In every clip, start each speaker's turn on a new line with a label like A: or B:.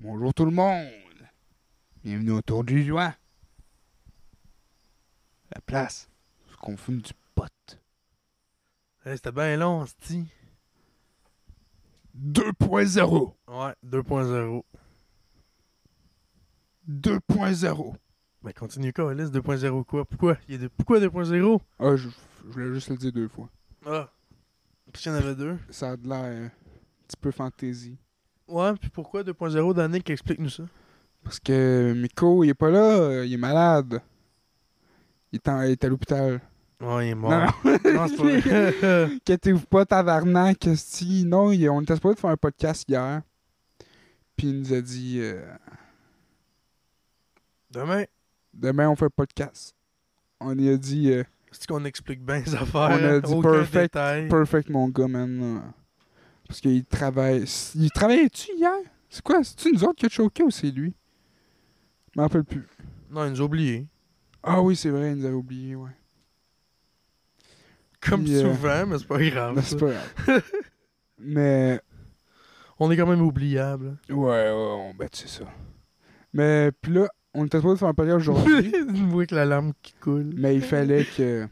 A: Bonjour tout le monde. Bienvenue autour du joint. La place, ce qu'on fume du pot.
B: Hey, C'était bien long, c'ti.
A: 2.0.
B: Ouais, 2.0.
A: 2.0.
B: Mais continue, Carlis, 2.0 quoi? Pourquoi? Il y a deux- Pourquoi 2.0?
A: Ah, je, je voulais juste le dire deux fois.
B: Ah. Puis il y en avait deux.
A: Ça a de l'air euh, un petit peu fantaisie.
B: Ouais, puis pourquoi 2.0? Danick, explique-nous ça.
A: Parce que Miko, il est pas là, euh, il est malade. Il est, en- il est à l'hôpital.
B: Ouais, il est mort.
A: Non,
B: Non, c'est pas vrai.
A: Inquiétez-vous pas, tabarnak, si Non, il- on était supposé de faire un podcast hier. Puis il nous a dit euh,
B: Demain,
A: demain on fait un podcast. On lui a dit euh,
B: c'est qu'on explique bien les affaires.
A: a
B: hein?
A: dit
B: Aucun
A: perfect,
B: détail.
A: perfect mon gars, man. euh, Parce qu'il travaille. Il travaillait-tu hier? C'est quoi? C'est-tu nous autres qui a choqué ou c'est lui? Je m'en rappelle plus.
B: Non, il nous a oubliés.
A: Ah oui, c'est vrai, il nous avait oublié, ouais.
B: Comme
A: Puis, euh,
B: souvent, mais c'est pas grave.
A: Mais c'est
B: Ah, ça.
A: pas grave. Mais
B: On est quand même oubliable.
A: Ouais, ouais, on ben, c'est ça. Mais puis là, on était supposé faire un podcast aujourd'hui,
B: Vous voyez que la lame qui coule.
A: mais il fallait que.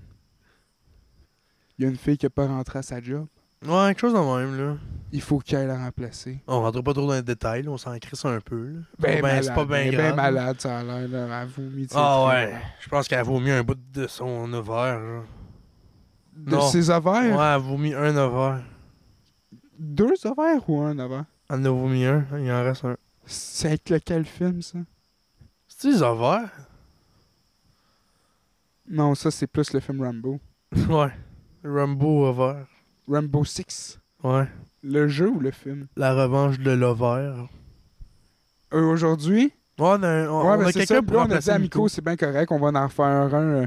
A: Il y a une fille qui n'a pas rentré à sa job.
B: Ouais, quelque chose de même, là.
A: Il faut qu'elle la remplacer.
B: On rentre pas trop dans les détails, là, on s'en crisse un peu. Là.
A: Ben,
B: Ben, c'est pas ben
A: malade,
B: grave.
A: malade, ça a l'air. là, Elle vomit. tu sais,
B: Ah
A: puis,
B: ouais, je pense qu'elle vaut mieux un bout de son ovaire. genre.
A: De
B: Non.
A: ses
B: Ouais,
A: ovaires
B: elle vaut mieux un ovaire.
A: Deux ovaires ou un avant
B: Elle en a vaut mieux un, il en reste un.
A: C'est avec lequel film, ça
B: C'est des ovaires?
A: Non, ça, c'est plus le film Rambo.
B: ouais. Rumbo ovaire.
A: Rambo 6.
B: Ouais.
A: Le jeu ou le film
B: La revanche de l'ovaire.
A: Euh, Aujourd'hui,
B: Ouais, on a, on,
A: ouais,
B: on
A: mais
B: a
A: c'est ça.
B: quelqu'un
A: Puis
B: pour
A: là, on a dit
B: remplacer
A: à
B: Miko.
A: Miko, c'est bien correct, on va en refaire un. euh,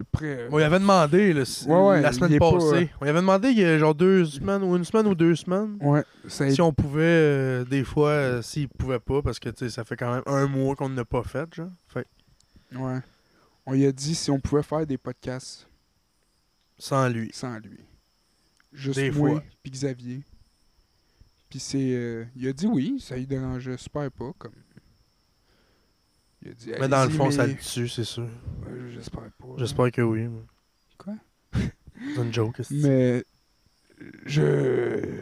A: après, euh,
B: On lui avait demandé là, si-
A: Ouais, ouais, il
B: la
A: est
B: semaine
A: pas, euh,
B: passée. On lui avait demandé il y a genre deux semaines ou une semaine ou deux semaines.
A: Ouais, ça a
B: Si on pouvait, euh, des fois, euh, s'il pouvait pas, parce que tu sais, ça fait quand même un mois qu'on n'a pas fait, genre. Fait
A: été- ouais. On lui a dit si on pouvait faire des podcasts
B: sans lui.
A: sans lui. Juste
B: Des
A: moi
B: fois.
A: puis Xavier. Puis c'est euh, il a dit oui, ça lui dérangeait super pas comme Il a dit
B: Mais dans le
A: allez-y,
B: fond, ça le
A: mais-
B: tue, c'est sûr.
A: Ouais, j'espère pas.
B: J'espère que oui. mais-
A: Quoi?
B: C'est une joke. est-ce que-
A: Mais je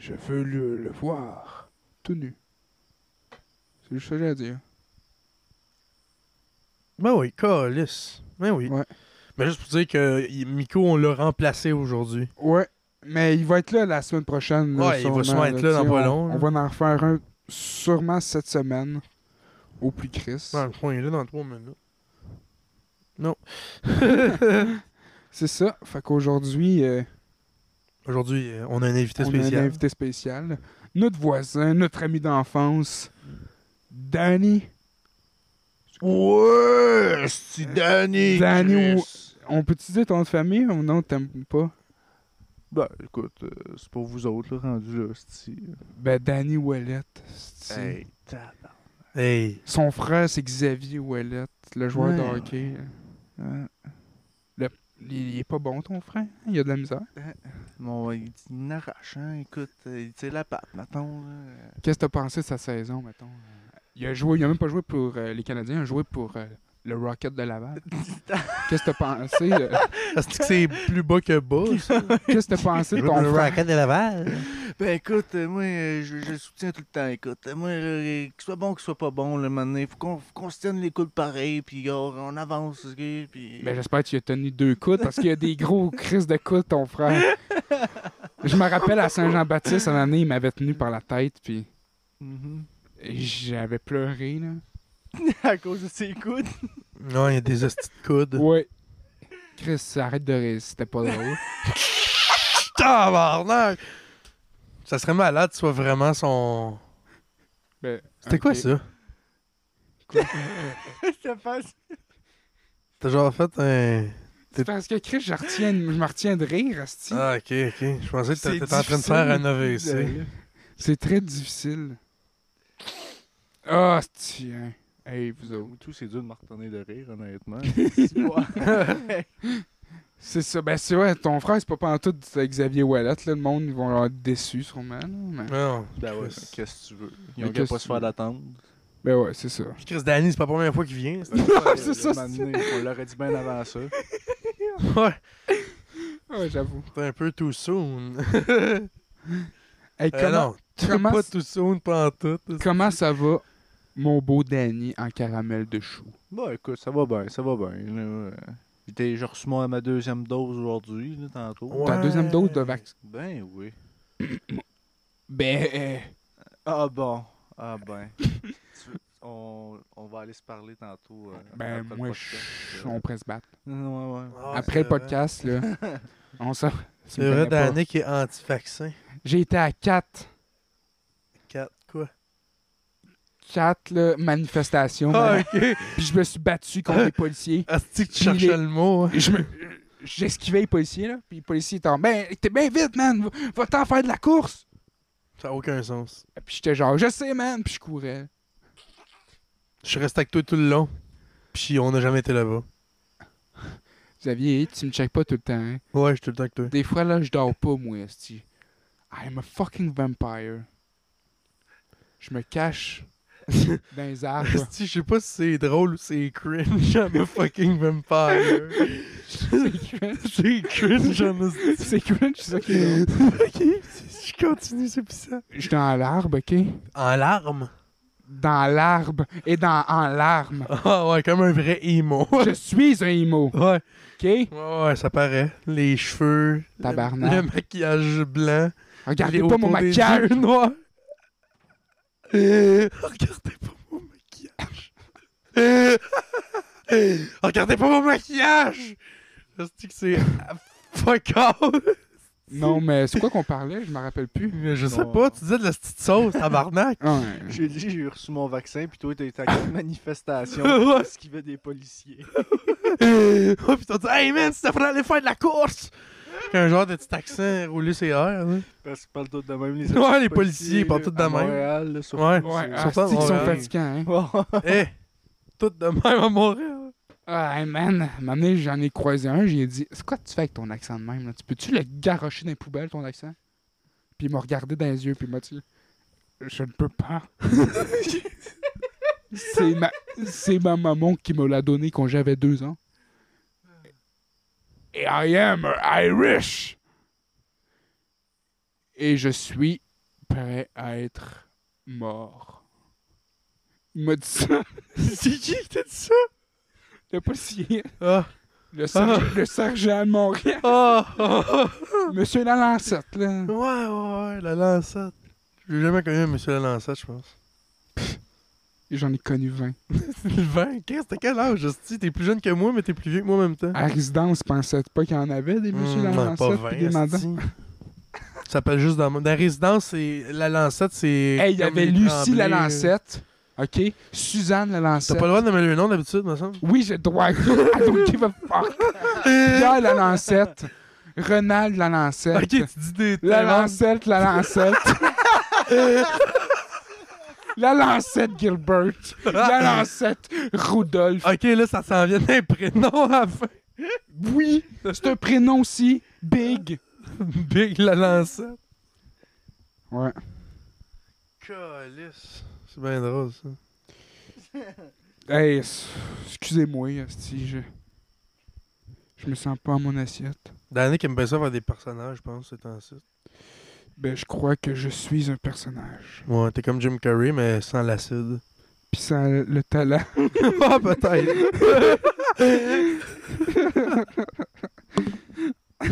A: je veux le, le voir tout nu. C'est juste ça que j'ai à dire.
B: Ben oui, Calis. Ben oui.
A: Ouais.
B: Mais juste pour dire que il- Miko, on l'a remplacé aujourd'hui.
A: Ouais, mais il va être là la semaine prochaine. là,
B: Ouais, il va sûrement être là
A: tu sais,
B: dans pas
A: on-
B: long, là.
A: On va en refaire un sûrement cette semaine au plus Chris.
B: Dans le fond, il est là dans 3 minutes. Non.
A: C'est ça. Fait qu'aujourd'hui, euh,
B: Aujourd'hui, euh, on a un invité
A: on a un
B: spécial.
A: invité spécial. Notre voisin, notre ami d'enfance, Danny.
B: Ouais, c'est Danny.
A: Danny, On peut-tu dire ton nom de famille ou non, t'aimes pas?
C: Ben, écoute, euh, c'est pour vous autres, là, rendu là, c'ti.
A: Ben, Danny Ouellet. c'est-tu.
C: Hey, tabarnak.
B: Hey.
A: Son frère, c'est Xavier Ouellet, le joueur de
C: Ouais.
A: hockey.
C: Hein?
A: Le- Il, il est pas bon, ton frère. hein? Il a de la misère.
C: Bon, il dit une arrache, hein, écoute, euh, il tire la patte, mettons, là.
A: Qu'est-ce que t'as pensé de sa saison, mettons? Il a joué, il a même pas joué pour euh, les Canadiens, il a joué pour euh, le Rocket de Laval. Qu'est-ce que t'as pensé? euh,
B: Est-ce que c'est plus bas que bas? ça?
A: Qu'est-ce que t'as pensé de ton frère?
B: de Laval.
C: Ben, écoute, euh, moi, euh, je, je le soutiens tout le temps, écoute. Euh, Moi, euh, qu'il soit bon, qu'il soit pas bon, là, maintenant, faut qu'on faut qu'on se tienne les coudes pareil, puis gars, on avance, ok, puis...
A: Ben, j'espère que tu as tenu deux coudes parce qu'il y a des gros crises de coudes, ton frère. Je me rappelle à Saint-Jean-Baptiste, en année, il m'avait tenu par la tête, puis
C: Mhm.
A: j'avais pleuré, là.
C: à cause de ses coudes.
B: Non, il y a des hosties de coudes.
A: Ouais. Chris, arrête de rire, c'était pas drôle.
B: Tabarnak! Ça serait malade que ce soit vraiment son.
A: Ben,
B: C'était quoi
A: ok.
B: ça?
C: Ça passe.
B: T'as genre fait un.
A: C'est parce que Chris, je, retiens- je me retiens de rire, asti.
B: Ah, ok, ok. Je pensais que
A: C'est
B: t'étais en train de
A: difficile.
B: faire un AVC.
A: C'est très difficile. Ah, tiens. Hey, vous autres.
C: Tout, c'est dur de me retenir de rire, honnêtement.
A: C'est ça. Ben, c'est vrai, ton frère, c'est pas pantoute Xavier Wallet. Là. Le monde, ils vont être déçus, sûrement. là, Mais...
B: Non.
C: Ben ouais,
B: Chris.
C: qu'est-ce que tu veux?
A: Mais
C: Ils ont qu'à
A: qu'est-ce
C: pas
A: que
C: se
A: tu veux?
C: faire d'attendre.
A: Ben ouais, c'est ça.
B: Puis Chris Danny, c'est pas la première fois qu'il vient. c'est-
A: c'est ça,
C: Un moment donné, On l'aurait dit bien avant ça.
B: Ouais,
A: Ah Ouais, j'avoue.
B: c'est un peu too soon.
A: Hey,
B: Euh,
A: comment,
B: non, t'es
A: comment-
B: pas Ah, too soon pantoute.
A: comment ça va, mon beau Danny en caramel de chou?
C: Bon, Bah, écoute, ça va bien, ça va bien. là, euh, J'ai j'ai reçu moi ma deuxième dose aujourd'hui, là, tantôt.
B: Ouais.
A: Ta deuxième dose de vaccin.
C: Ben oui.
A: Ben, euh,
C: Ah bon, ah ben. Tu veux- on, on va aller se parler tantôt. euh,
A: ben
C: après le
A: moi,
C: podcast,
A: je-
C: euh.
A: on pourrait se battre.
C: Ouais, ouais.
B: Ah,
A: Après le
B: c'est vrai.
A: podcast, là, on s'en... tu me
B: C'est vrai,
A: connais pas.
B: Danny qui est anti-vaccin.
A: J'ai été à quatre,
B: Quatre, quoi.
A: quatre là, manifestations.
B: Ah,
A: man.
B: ok.
A: Puis je me suis battu contre les policiers.
B: Asti que tu
A: Il
B: cherches
A: est-
B: le mot. hein.
A: Et je me- J'esquivais les policiers, là. Puis les policiers étaient en, ben, t'es bien vite, man. Va- Va-t'en faire de la course.
B: Ça n'a aucun sens.
A: Puis j'étais genre, je sais, man. Puis je courais.
B: Je suis resté avec toi tout le long. Puis on n'a jamais été là-bas.
A: Xavier, tu me checkes pas tout le temps. hein.
B: Ouais, je suis tout le temps avec toi.
A: Des fois, là, je dors pas, moi, esti. I'm a fucking vampire. Je me cache dans les arbres.
B: Asti, je sais pas si c'est drôle ou c'est cringe. I'm a fucking vampire.
A: c'est cringe.
B: c'est cringe, en asti.
A: C'est cringe, c'est ça qui est drôle.
B: Ok, je continue, c'est ça.
A: Je suis dans l'arbre, OK?
B: En larmes?
A: Dans l'arbre et dans en larmes.
B: Ah ouais, comme un vrai emo.
A: Je
B: ouais.
A: suis un emo,
B: ouais,
A: OK?
B: ouais, ça paraît. Les cheveux. le-
A: Tabarnak.
B: Le, maquillage blanc.
A: Regardez
B: les
A: pas mon
B: autour des
A: maquillage.
B: yeux noirs. Euh, Regardez pas mon maquillage. Euh, Regardez pas mon maquillage. Est-ce que c'est fuck off?
A: Non, mais c'est quoi qu'on parlait? Je me rappelle plus.
B: Je sais
C: Non.
B: pas, tu disais de la petite sauce, tabarnak.
A: Ah, ouais.
C: J'ai dit, j'ai reçu mon vaccin, puis toi, t'as été à quelle manifestation?
B: Ouais.
C: Ce qui fait des policiers.
B: Euh, oh, puis t'as dit, hey man, tu devrais aller faire de la course! Un genre de petit accent roulé ses airs. là.
C: Parce qu'ils parlent tous de même, les
B: Ouais,
C: autres
B: les policiers, ils parlent
C: là,
B: tous de
C: à
B: même.
C: Montréal, là, surtout,
B: Ouais.
A: Ouais,
B: Surtout
A: asti qu'ils
B: à
A: sont
B: Montréal.
A: fatigants, hein?
C: c'est-
B: Eh, tout de même à Montréal.
A: Ah, hey, man, à un moment donné, j'en ai croisé un, j'ai dit C'est quoi que tu fais avec ton accent de même là? Tu peux-tu le garrocher dans les poubelles, ton accent Puis il m'a regardé dans les yeux, puis il m'a dit Je ne peux pas. C'est ma... c'est ma maman qui me l'a donné quand j'avais deux ans. Et I am Irish Et je suis prêt à être mort. Il m'a dit ça,
B: C'est qui qui t'a dit ça?
A: le policier.
B: Ah,
A: Le, serge- le sergent de Montréal.
B: ah, ah,
A: Monsieur Lalancette, là.
B: Ouais, ouais, ouais, la lancette. J'ai jamais connu un monsieur la lancette, je pense.
A: J'en ai connu 20.
B: Le 20, qu'est-ce t'as quel âge, Justy? T'es plus jeune que moi, mais t'es plus vieux que moi en même temps.
A: À résidence, pensais pas qu'il y en avait des Ah, Monsieur
B: Hum, pas
A: Lalancette pis des
B: 20,
A: mandats?
B: asti. Ça s'appelle juste dans, dans la résidence, c'est la lancette, c'est.
A: Hey, il y
B: comme
A: avait
B: les
A: Lucie
B: Tremblay.
A: Lalancette. OK? Suzanne
B: T'as
A: Lalancette.
B: pas le droit de nommer le nom d'habitude, me semble?
A: Oui, j'ai le droit. I don't give a fuck. Pierre Lalancette. Renald Lalancette.
B: Ok, tu dis des.
A: La Lancette, la Lancette. la Lancette Gilbert. La Lancette Rudolph.
B: Ok, là, ça s'en vient d'un prénom à la fin.
A: Oui, c'est un prénom aussi. Big.
B: Big la lancette.
A: Ouais.
B: Calice. C'est bien drôle, ça.
A: Hey, s- excusez-moi, si je... je me sens pas à mon assiette.
B: Danny qui aime bien ça faire des personnages, je pense, c'est en site.
A: Ben, je crois que je suis un personnage.
B: Ouais, t'es comme Jim Carrey, mais sans l'acide.
A: Pis sans le talent.
B: ah, peut-être.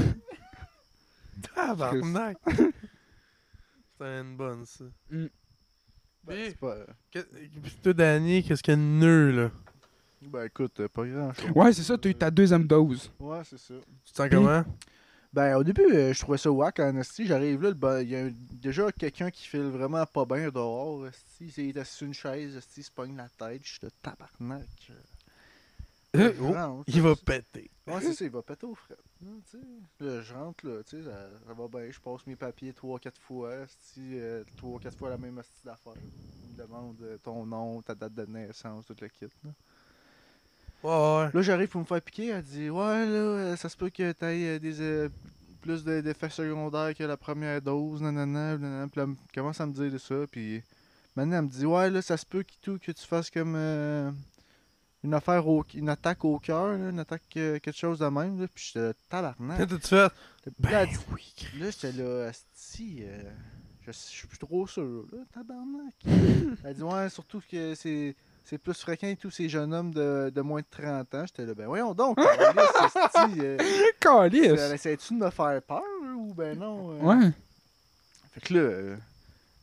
B: Tabarnak. C'est une bonne, ça.
A: Mm.
C: Ben, c'est pas...
B: Que- Puis toi, Danny, qu'est-ce qu'il y a de nœud, là?
C: Ben écoute, euh, pas grand chose.
A: Ouais, c'est ça, t'as eu ta deuxième dose.
C: Ouais, c'est ça.
B: Tu te sens comment?
C: Ben au début, euh, je trouvais ça whack en esti. J'arrive là, le ba- il y a un- déjà quelqu'un qui file vraiment pas bien dehors. Esti. Il est assis sur une chaise, esti, il se pogne la tête. Je suis de tabarnak.
B: Euh,
C: Je
B: oh,
C: rentre,
B: il va péter.
C: Ouais, c'est ça, il va péter au fret. là, tu sais. Là, je rentre, là, tu sais, ça, ça va bien, je passe mes papiers 3-4 fois, esti, euh, 3-4 fois la même hostie d'affaires. Il me demande euh, ton nom, ta date de naissance, tout le kit. là.
B: Ouais, ouais.
C: Là, j'arrive pour me faire piquer. Elle dit Ouais, là, euh, ça se peut que t'ailles euh, des, euh, plus de- d'effets secondaires que la première dose, nanana, nanana. Puis là, elle commence à me dire de ça. Puis maintenant, elle me dit Ouais, là, ça se peut que, tout, que tu fasses comme euh, une affaire, au, une attaque au cœur, là, une attaque, euh, quelque chose de même. Là. Puis j'étais là, tabarnak.
B: Qu'est-ce que tu fais?
C: Puis
B: Ben
C: là, elle dit- là, j'étais là, asti, euh, je je suis plus trop sûr, là, tabarnak. Elle dit, ouais, surtout que c'est c'est plus fréquent et tous ces jeunes hommes de, de moins de 30 ans. J'étais là, ben voyons donc,
B: Hein?
C: câlisse, asti, euh, ça-
A: Calice!
C: essaies-tu de me faire peur là, ou ben non? euh?
A: Ouais.
C: Fait que là, euh,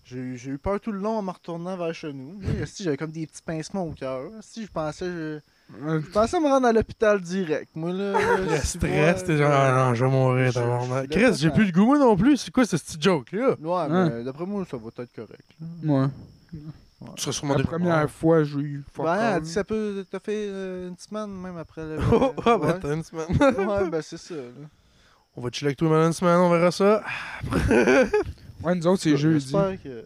C: j'ai eu- j'ai eu peur tout le long en me retournant vers chez nous. Là, asti, j'avais comme des petits pincements au cœur. Si je pensais, je,
A: Euh,
C: je pensais me rendre à l'hôpital direct. Moi, là,
B: Le stress, t'es genre,
C: euh,
B: ah non, je vais mourir,
C: je-
B: tabarnak.
C: je- je-
B: Chris, j'ai plus le goût, moi non plus. C'est quoi ce petit joke-là?
C: Ouais,
A: Hein.
C: mais d'après moi, ça va être correct. là.
A: Moi.
B: Tu serais sûrement
A: La
B: déjà
A: première
B: mort.
A: fois, j'ai eu fuck
C: Ouais, elle
A: all.
C: dit ça peut. T'as fait euh, une semaine même après le.
B: Oh, oh, ben
C: ouais.
B: t'as une semaine.
C: Ouais, ben c'est ça. là.
B: On va chiller avec toi pendant une semaine, on verra ça.
A: Ouais, nous autres, c'est jeudi.
C: J'espère que.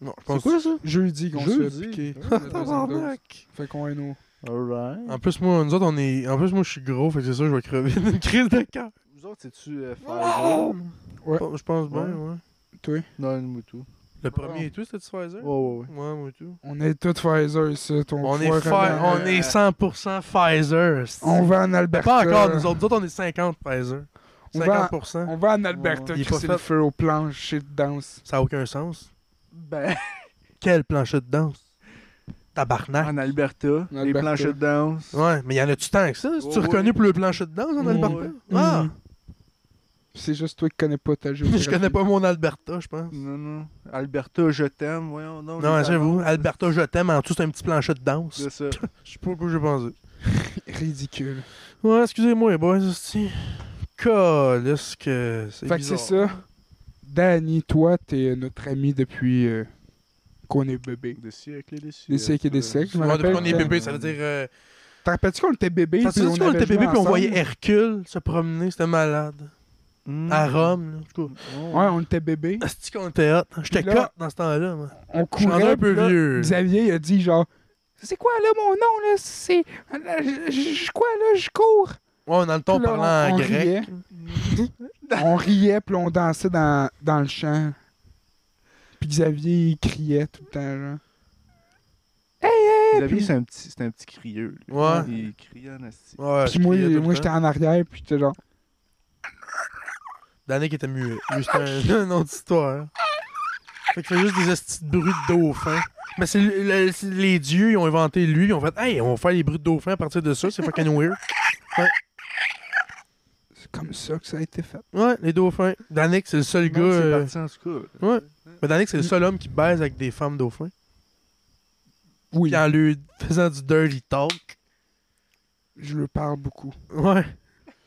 B: Non, je
A: C'est
B: pense
A: quoi ça? Jeudi qu'on se
C: Jeudi?
A: fait piquer.
C: Ah,
A: La deuxième dose.
B: Tabarnak.
A: Fait qu'on est nos.
C: Alright.
B: En plus, moi, nous autres, on est. En plus, moi, je suis gros, fait que c'est sûr, je vais crever d'une crise de cœur.
C: Vous autres, c'est-tu euh,
B: Wow!
C: Pfizer
A: Ouais.
B: Oh, Je pense bien,
C: Ouais.
B: ouais.
A: Toi,
C: Non, le Moutou.
B: Le premier et tout, c'était Pfizer?
C: Ouais, ouais, ouais.
B: Ouais, moi et tout.
A: on est tous Pfizer ici. Ton
B: On est,
A: foie
B: Pfi-
A: remet-
B: on est 100% Pfizer. c'est-
A: euh, On va en Alberta.
B: Pas encore, nous autres. Nous autres, on est 50 Pfizer.
A: On va-
B: 50%.
A: On va en Alberta,
B: Il est
A: qui
B: pas
A: c'est
B: fait.
A: le feu aux planches, shit danse.
B: Ça n'a aucun sens.
C: Ben,
B: Quel plancher de danse? Tabarnak.
C: en Alberta,
A: En
C: les
A: Alberta.
C: planches de danse.
B: Ouais, mais y en a-tu tant que ça?
C: Ouais,
B: tu
C: ouais.
B: reconnais pour le plancher de danse en
C: Ouais,
B: Alberta?
C: ouais.
B: Ah!
A: Mhm. C'est juste toi qui connais pas ta géographie.
B: Je connais pas mon Alberta, je pense.
C: Non, non. Alberta, je t'aime, voyons donc.
B: Non,
C: les
B: j'avoue,
C: annonces.
B: Alberta, je t'aime, en dessous, c'est un petit plancher de danse.
C: C'est ça.
B: Je sais pas pourquoi j'ai pensé.
A: Ridicule.
B: Ouais, excusez-moi, les boys, c'est. Calisse que. C'est
A: Fait que c'est
B: bizarre.
A: ça. Danny, toi, t'es notre ami depuis euh, qu'on est bébé.
C: Des siècles et des siècles.
A: Des siècles et des siècles. Je me
B: Ouais, depuis
A: rappelle
B: qu'on est
A: que-
B: bébé, ça veut dire. euh,
A: T'en rappelles-tu qu'on était bébé?
B: Ça se
A: puis
B: dit qu'on
A: avait
B: était
A: joué
B: bébé puis on
A: ensemble?
B: voyait Hercule se promener, c'était malade.
C: Mm.
B: À Rome, là. En tout cas.
A: Hmm. Ouais, on était bébé.
B: Asti qu'on était hot. hein. J'étais
A: Puis là-
B: cote dans ce temps-là, moi.
A: On
B: Je suis rendu
A: courait.
B: un peu
A: puis là,
B: vieux.
A: Xavier, il a dit genre, c'est quoi là mon nom là? C'est. là, Je je- je- quoi là? Je cours.
B: Ouais, dans le ton
A: Puis là, on-
B: parlant en
A: on
B: grec.
A: riait. on riait, puis on dansait dans, dans le champ. Puis Xavier, il criait tout le temps, genre.
C: Vous avez vu, c'est un petit, c'est un petit crieux. lui.
B: Ouais.
C: Il crie en asti.
B: Ouais,
A: Puis moi,
B: je criais tout
A: moi
B: le
A: j'étais
B: temps.
A: en arrière, puis j'étais genre.
B: Danick était muet. Lui, c'était un, une autre histoire. Fait qu'il fait juste des estis de bruits de dauphins. Mais c'est le- le- c'est les dieux, ils ont inventé lui. Ils ont fait, hey, on va faire les bruits de dauphins à partir de ça. C'est fucking weird.
A: C'est comme ça que ça a été fait.
B: Ouais, les dauphins. Danick, c'est le seul gars.
C: Non, C'est
B: euh,
C: parti en tout cas.
B: Ouais. Mais Danick, c'est le seul homme qui baise avec des femmes dauphins.
A: Oui,
B: Puis en lui faisant du dirty talk.
A: je le parle beaucoup.
B: Ouais.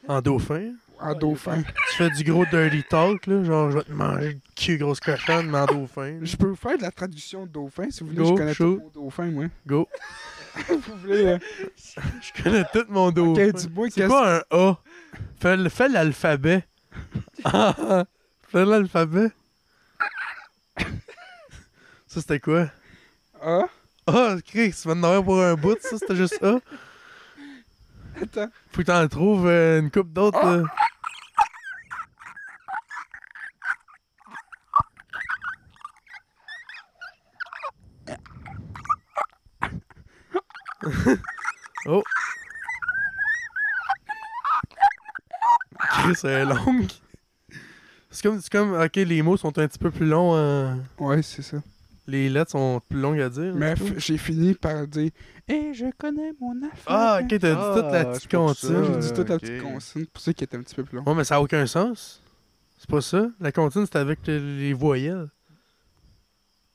B: En dauphin.
A: En dauphin.
B: Tu fais du gros dirty talk, là. Genre, je vais te manger le cul, grosse cochonne, mais en dauphin.
A: Je peux vous faire de la traduction de dauphin si vous voulez.
B: Go,
A: je connais
B: show.
A: tout mon dauphin, moi.
B: Go.
A: vous voulez. euh,
B: Je connais tout mon
A: ok,
B: dauphin.
A: dis-moi
B: C'est
A: qu'est-ce
B: pas un A. Fais, le- fais l'alphabet. Ah, fais l'alphabet. Ça, c'était quoi?
A: Ah,
B: Ah, Chris, tu vas en avoir pour un bout, ça, c'était juste A.
A: attends.
B: Faut que t'en trouves euh, une coupe d'autres. euh. oh. Chris, elle est longue. C'est comme, c'est comme, ok, les mots sont un petit peu plus longs. euh,
A: Ouais, c'est ça.
B: les lettres sont plus longues à dire.
A: Mais
B: en tout cas.
A: f- j'ai fini par dire Et je connais mon affaire.
B: ah, ok, t'as
C: Ah,
B: dit toute la
C: c'est
B: petite
C: pour ça.
B: comptine.
A: J'ai dit toute la
C: ok.
A: petite consigne pour ceux qui étaient un petit peu plus long.
B: Ouais, mais ça a aucun sens. C'est pas ça. La comptine, c'est avec le- les voyelles.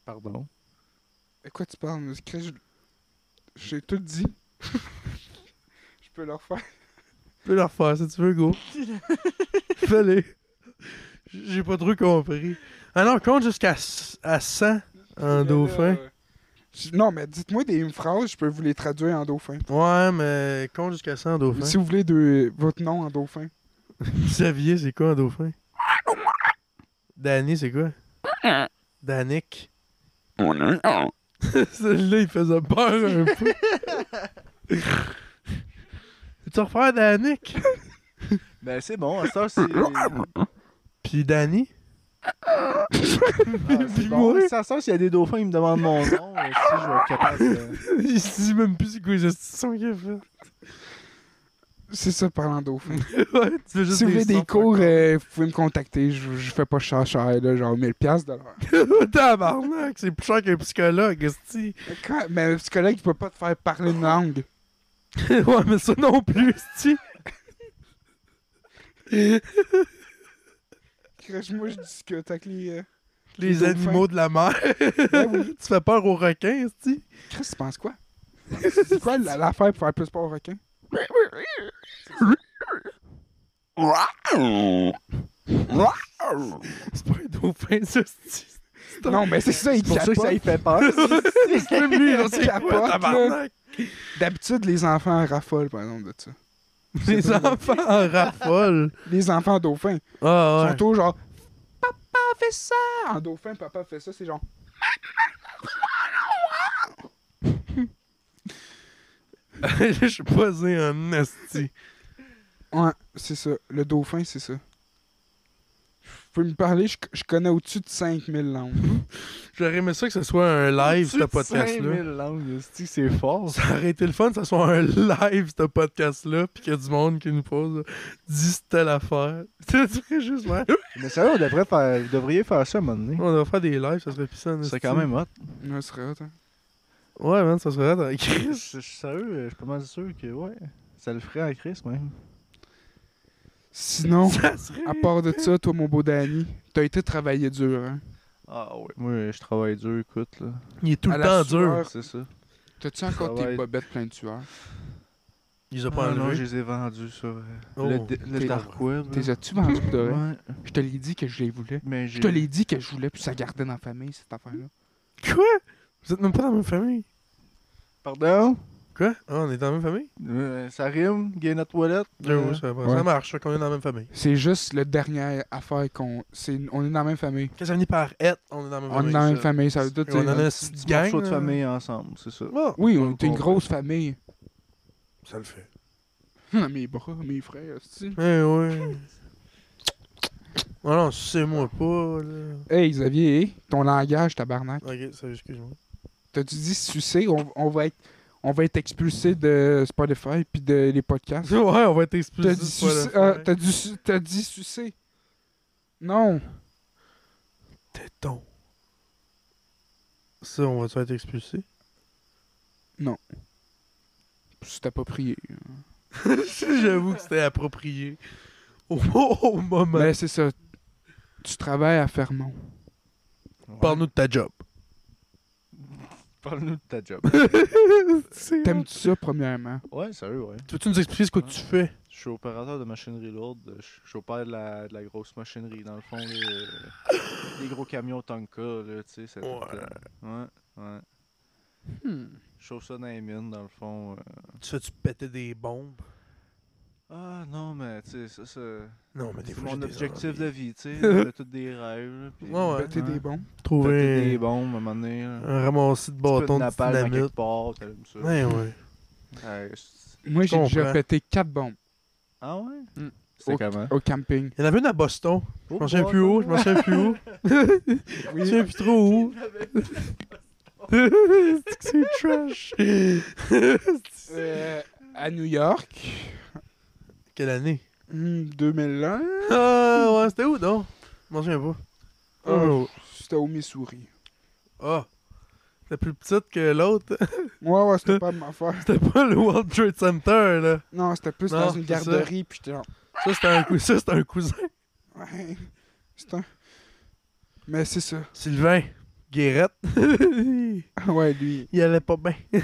C: Pardon.
A: De quoi tu parles? Chris, je- J'ai tout dit. je peux le refaire.
B: Tu peux leur faire si tu veux, go. Fais-les. J'ai pas trop compris. Ah non, compte jusqu'à s- à 100 en dauphin.
A: euh, Je- Non, mais dites-moi des phrases, je peux vous les traduire en dauphin.
B: Ouais, mais compte jusqu'à 100 en dauphin.
A: Si vous voulez de... votre nom en dauphin.
B: Xavier, c'est quoi en dauphin? Danny, c'est quoi? Danick. Celui-là, il faisait peur un peu. te refaire Danick.
C: Ben, c'est bon, à cette heure, c'est. Ah,
B: Puis Danny.
C: c'est bon. À cette heure, s'il y a des dauphins, ils me demandent mon nom. euh, Si je vais être capable de.
B: il se dit même plus c'est quoi les institutions qu'il a fait.
A: C'est ça, parlant dauphin.
B: ouais, tu veux juste
A: Si vous voulez des
B: sons,
A: cours, euh, vous pouvez me contacter. Je, je fais pas cher, cher, là, genre 1000$ piastres de l'heure.
B: quoi. Tabarnak, c'est plus cher qu'un psychologue, esti.
A: Quand- Mais un psychologue, il peut pas te faire parler une langue.
B: ouais, mais ça non plus, esti.
A: Crèche, Moi, je discute avec les. euh,
B: Les,
A: Les
B: animaux de la mer.
A: Ben oui.
B: tu fais peur aux requins, esti.
A: Chris, tu penses quoi? C'est quoi la- l'affaire pour faire plus peur au requin?
B: C'est pas un dauphin, ça, esti.
A: Non, mais c'est ça, il
C: C'est pour ça que ça y
A: capote.
C: fait peur.
B: C'est même lui, genre, c'est
A: Capote,
B: quoi,
A: là.
B: tabarnak?
A: D'habitude, les enfants raffolent, par exemple, de ça.
B: Les
A: pas
B: enfants en raffolent.
A: Les enfants dauphins. Ils
B: Ah
A: sont
B: ouais.
A: toujours genre, papa fait ça! En dauphin, papa fait ça, c'est genre.
B: Je suis posé en esti.
A: Ouais, c'est ça. Le dauphin, c'est ça. Vous pouvez me parler, je, je connais au-dessus de 5000 langues.
B: J'aurais aimé ça que ce soit un live,
C: Tu
B: ce podcast-là.
C: 5000 langues, esti, c'est fort.
B: Ça aurait été le fun que ce soit un live, ce podcast-là, pis qu'il y a du monde qui nous pose « Dis telle affaire. » Tu serais juste là.
C: Mais sérieux, on devrait faire, vous devriez faire ça à un moment donné.
B: On va faire des lives, ça serait pissant.
C: C'est
B: esti.
C: quand même hot.
A: Non, ce serait hot, hein.
B: Ouais, man, ça serait dans
C: Je
B: Chris.
C: je suis sérieux, je suis pas mal sûr que, ouais, ça le ferait à Chris, même.
A: Sinon,
B: Ça serait...
A: à part de ça, toi, mon beau Danny, t'as été travailler dur, hein.
C: Ah ouais. Moi, je travaille dur, écoute, là.
B: Il est tout
A: à
B: le
A: la
B: temps dur.
A: sueur.
C: C'est ça.
A: T'as-tu encore
B: Ah
C: Travaille-
A: tes bobettes pleines de sueur?
B: Il les a
C: Ah
B: pas
C: non, je
B: enlevés.
C: les ai vendus sur euh,
B: Oh.
C: le, d- le
A: T'es-
C: dark web.
A: T'es as-tu vendu pour de vrai?
C: Ouais,
A: Je te l'ai dit que je les voulais.
C: mais
A: Je
C: j'ai...
A: te
B: Hmm.
A: l'ai dit que je voulais, puis ça gardait dans la famille, cette affaire-là.
B: Quoi? Vous êtes même pas dans la même famille.
C: Pardon?
B: Quoi? Ah, on est dans la même famille?
C: Euh, ça rime, gain notre toilette. Euh,
B: Ouais, ouais, ça, va.
A: Ouais.
B: ça marche, ça, qu'on est dans la même famille.
A: C'est juste la dernière affaire qu'on. c'est- On est dans la même famille.
B: Quand ça venait par être, on est dans la même
A: On est
B: famille.
A: dans la même
B: ça.
A: famille, ça veut dire.
B: Et On en a
A: t'sais,
B: une
C: Petit
B: petite
C: gang, euh,
B: gang.
C: morceau de
B: là.
C: famille ensemble, c'est ça.
B: Ah,
A: Oui,
C: On
A: on
C: le
A: était une
C: comprend.
A: grosse famille.
B: ça le fait.
A: Ah, mes bras, mes frères, aussi.
B: Eh ouais. Ah non, sais-moi pas, là.
A: Hey Xavier, ton langage, tabarnak.
B: Ok, ça, excuse-moi.
A: T'as-tu dit sucer, on, on va être. On va être expulsé de Spotify puis de les podcasts.
B: Ouais, on va être
A: T'as
B: expulsé.
A: dit sucer. ah, T'as dit, su- t'as dit sucer. Non.
B: Téton. Ça, on va-tu être expulsé?
A: C'était pas prié. hein.
B: J'avoue que c'était approprié. Au, au moment.
A: Mais Ben, c'est ça. Tu travailles à Fermont.
C: Ouais.
B: Parle-nous de ta job.
C: Parle-nous de ta job.
B: C'est-
A: T'aimes-tu ça, premièrement?
C: ouais, sérieux, ouais.
B: Tu veux-tu nous expliquer ce que tu fais?
C: Je suis opérateur de machinerie lourde. Je je suis opère de la, de la grosse machinerie, dans le fond, là, euh, les gros camions Tonka, là, tu sais. c'est tout,
B: Ouais.
C: euh, ouais, ouais.
A: Hmm.
C: Je chauffe ça dans les mines, dans le fond. euh.
B: Tu fais-tu péter des bombes?
C: Ah non, mais tu sais, ça, c'est
B: Non, mais des
C: c'est
B: fois, j'ai des
C: mon objectif
B: envies.
C: de vie, tu sais. là, T'as tous des rêves, là, puis
B: Ouais, ouais.
A: Péter des bombes.
C: péter
B: Trouver
C: des bombes, à un moment donné, là.
B: un ramassis de
C: Petit peu
B: bâtons
C: de
B: de
C: napalm à
B: dynamite.
C: quelque part, t'allumes ça.
B: Ouais, ouais.
C: Ouais, c'est-
A: Moi, j'ai déjà
B: comprends.
A: pété 4 bombes
C: Ah ouais?
A: Mm.
C: C'était comment?
A: au camping.
B: Il y en avait une à Boston. Je m'en souviens plus où, je m'en souviens plus où. Je m'en souviens plus trop où. C'est que c'est trash.
A: Euh, à New York,
B: Quelle année?
A: hmm, 2001,
B: Ah, ouais, c'était où, donc? Je m'en souviens pas.
C: Ah.
A: Oh. c'était au Missouri.
B: Ah! C'était plus petite que l'autre.
A: Ouais, ouais, c'était pas de ma affaire.
B: C'était pas le World Trade Center, là.
A: Non, c'était plus
B: Non,
A: dans une
B: c'est ça.
A: garderie, puis j'étais genre...
B: Ça, c'était un, cou- ça, c'était un cousin.
A: Ouais, c'est un... Mais c'est ça.
B: Sylvain Guérette. Il
A: Ah Ouais, lui.
B: allait pas bien.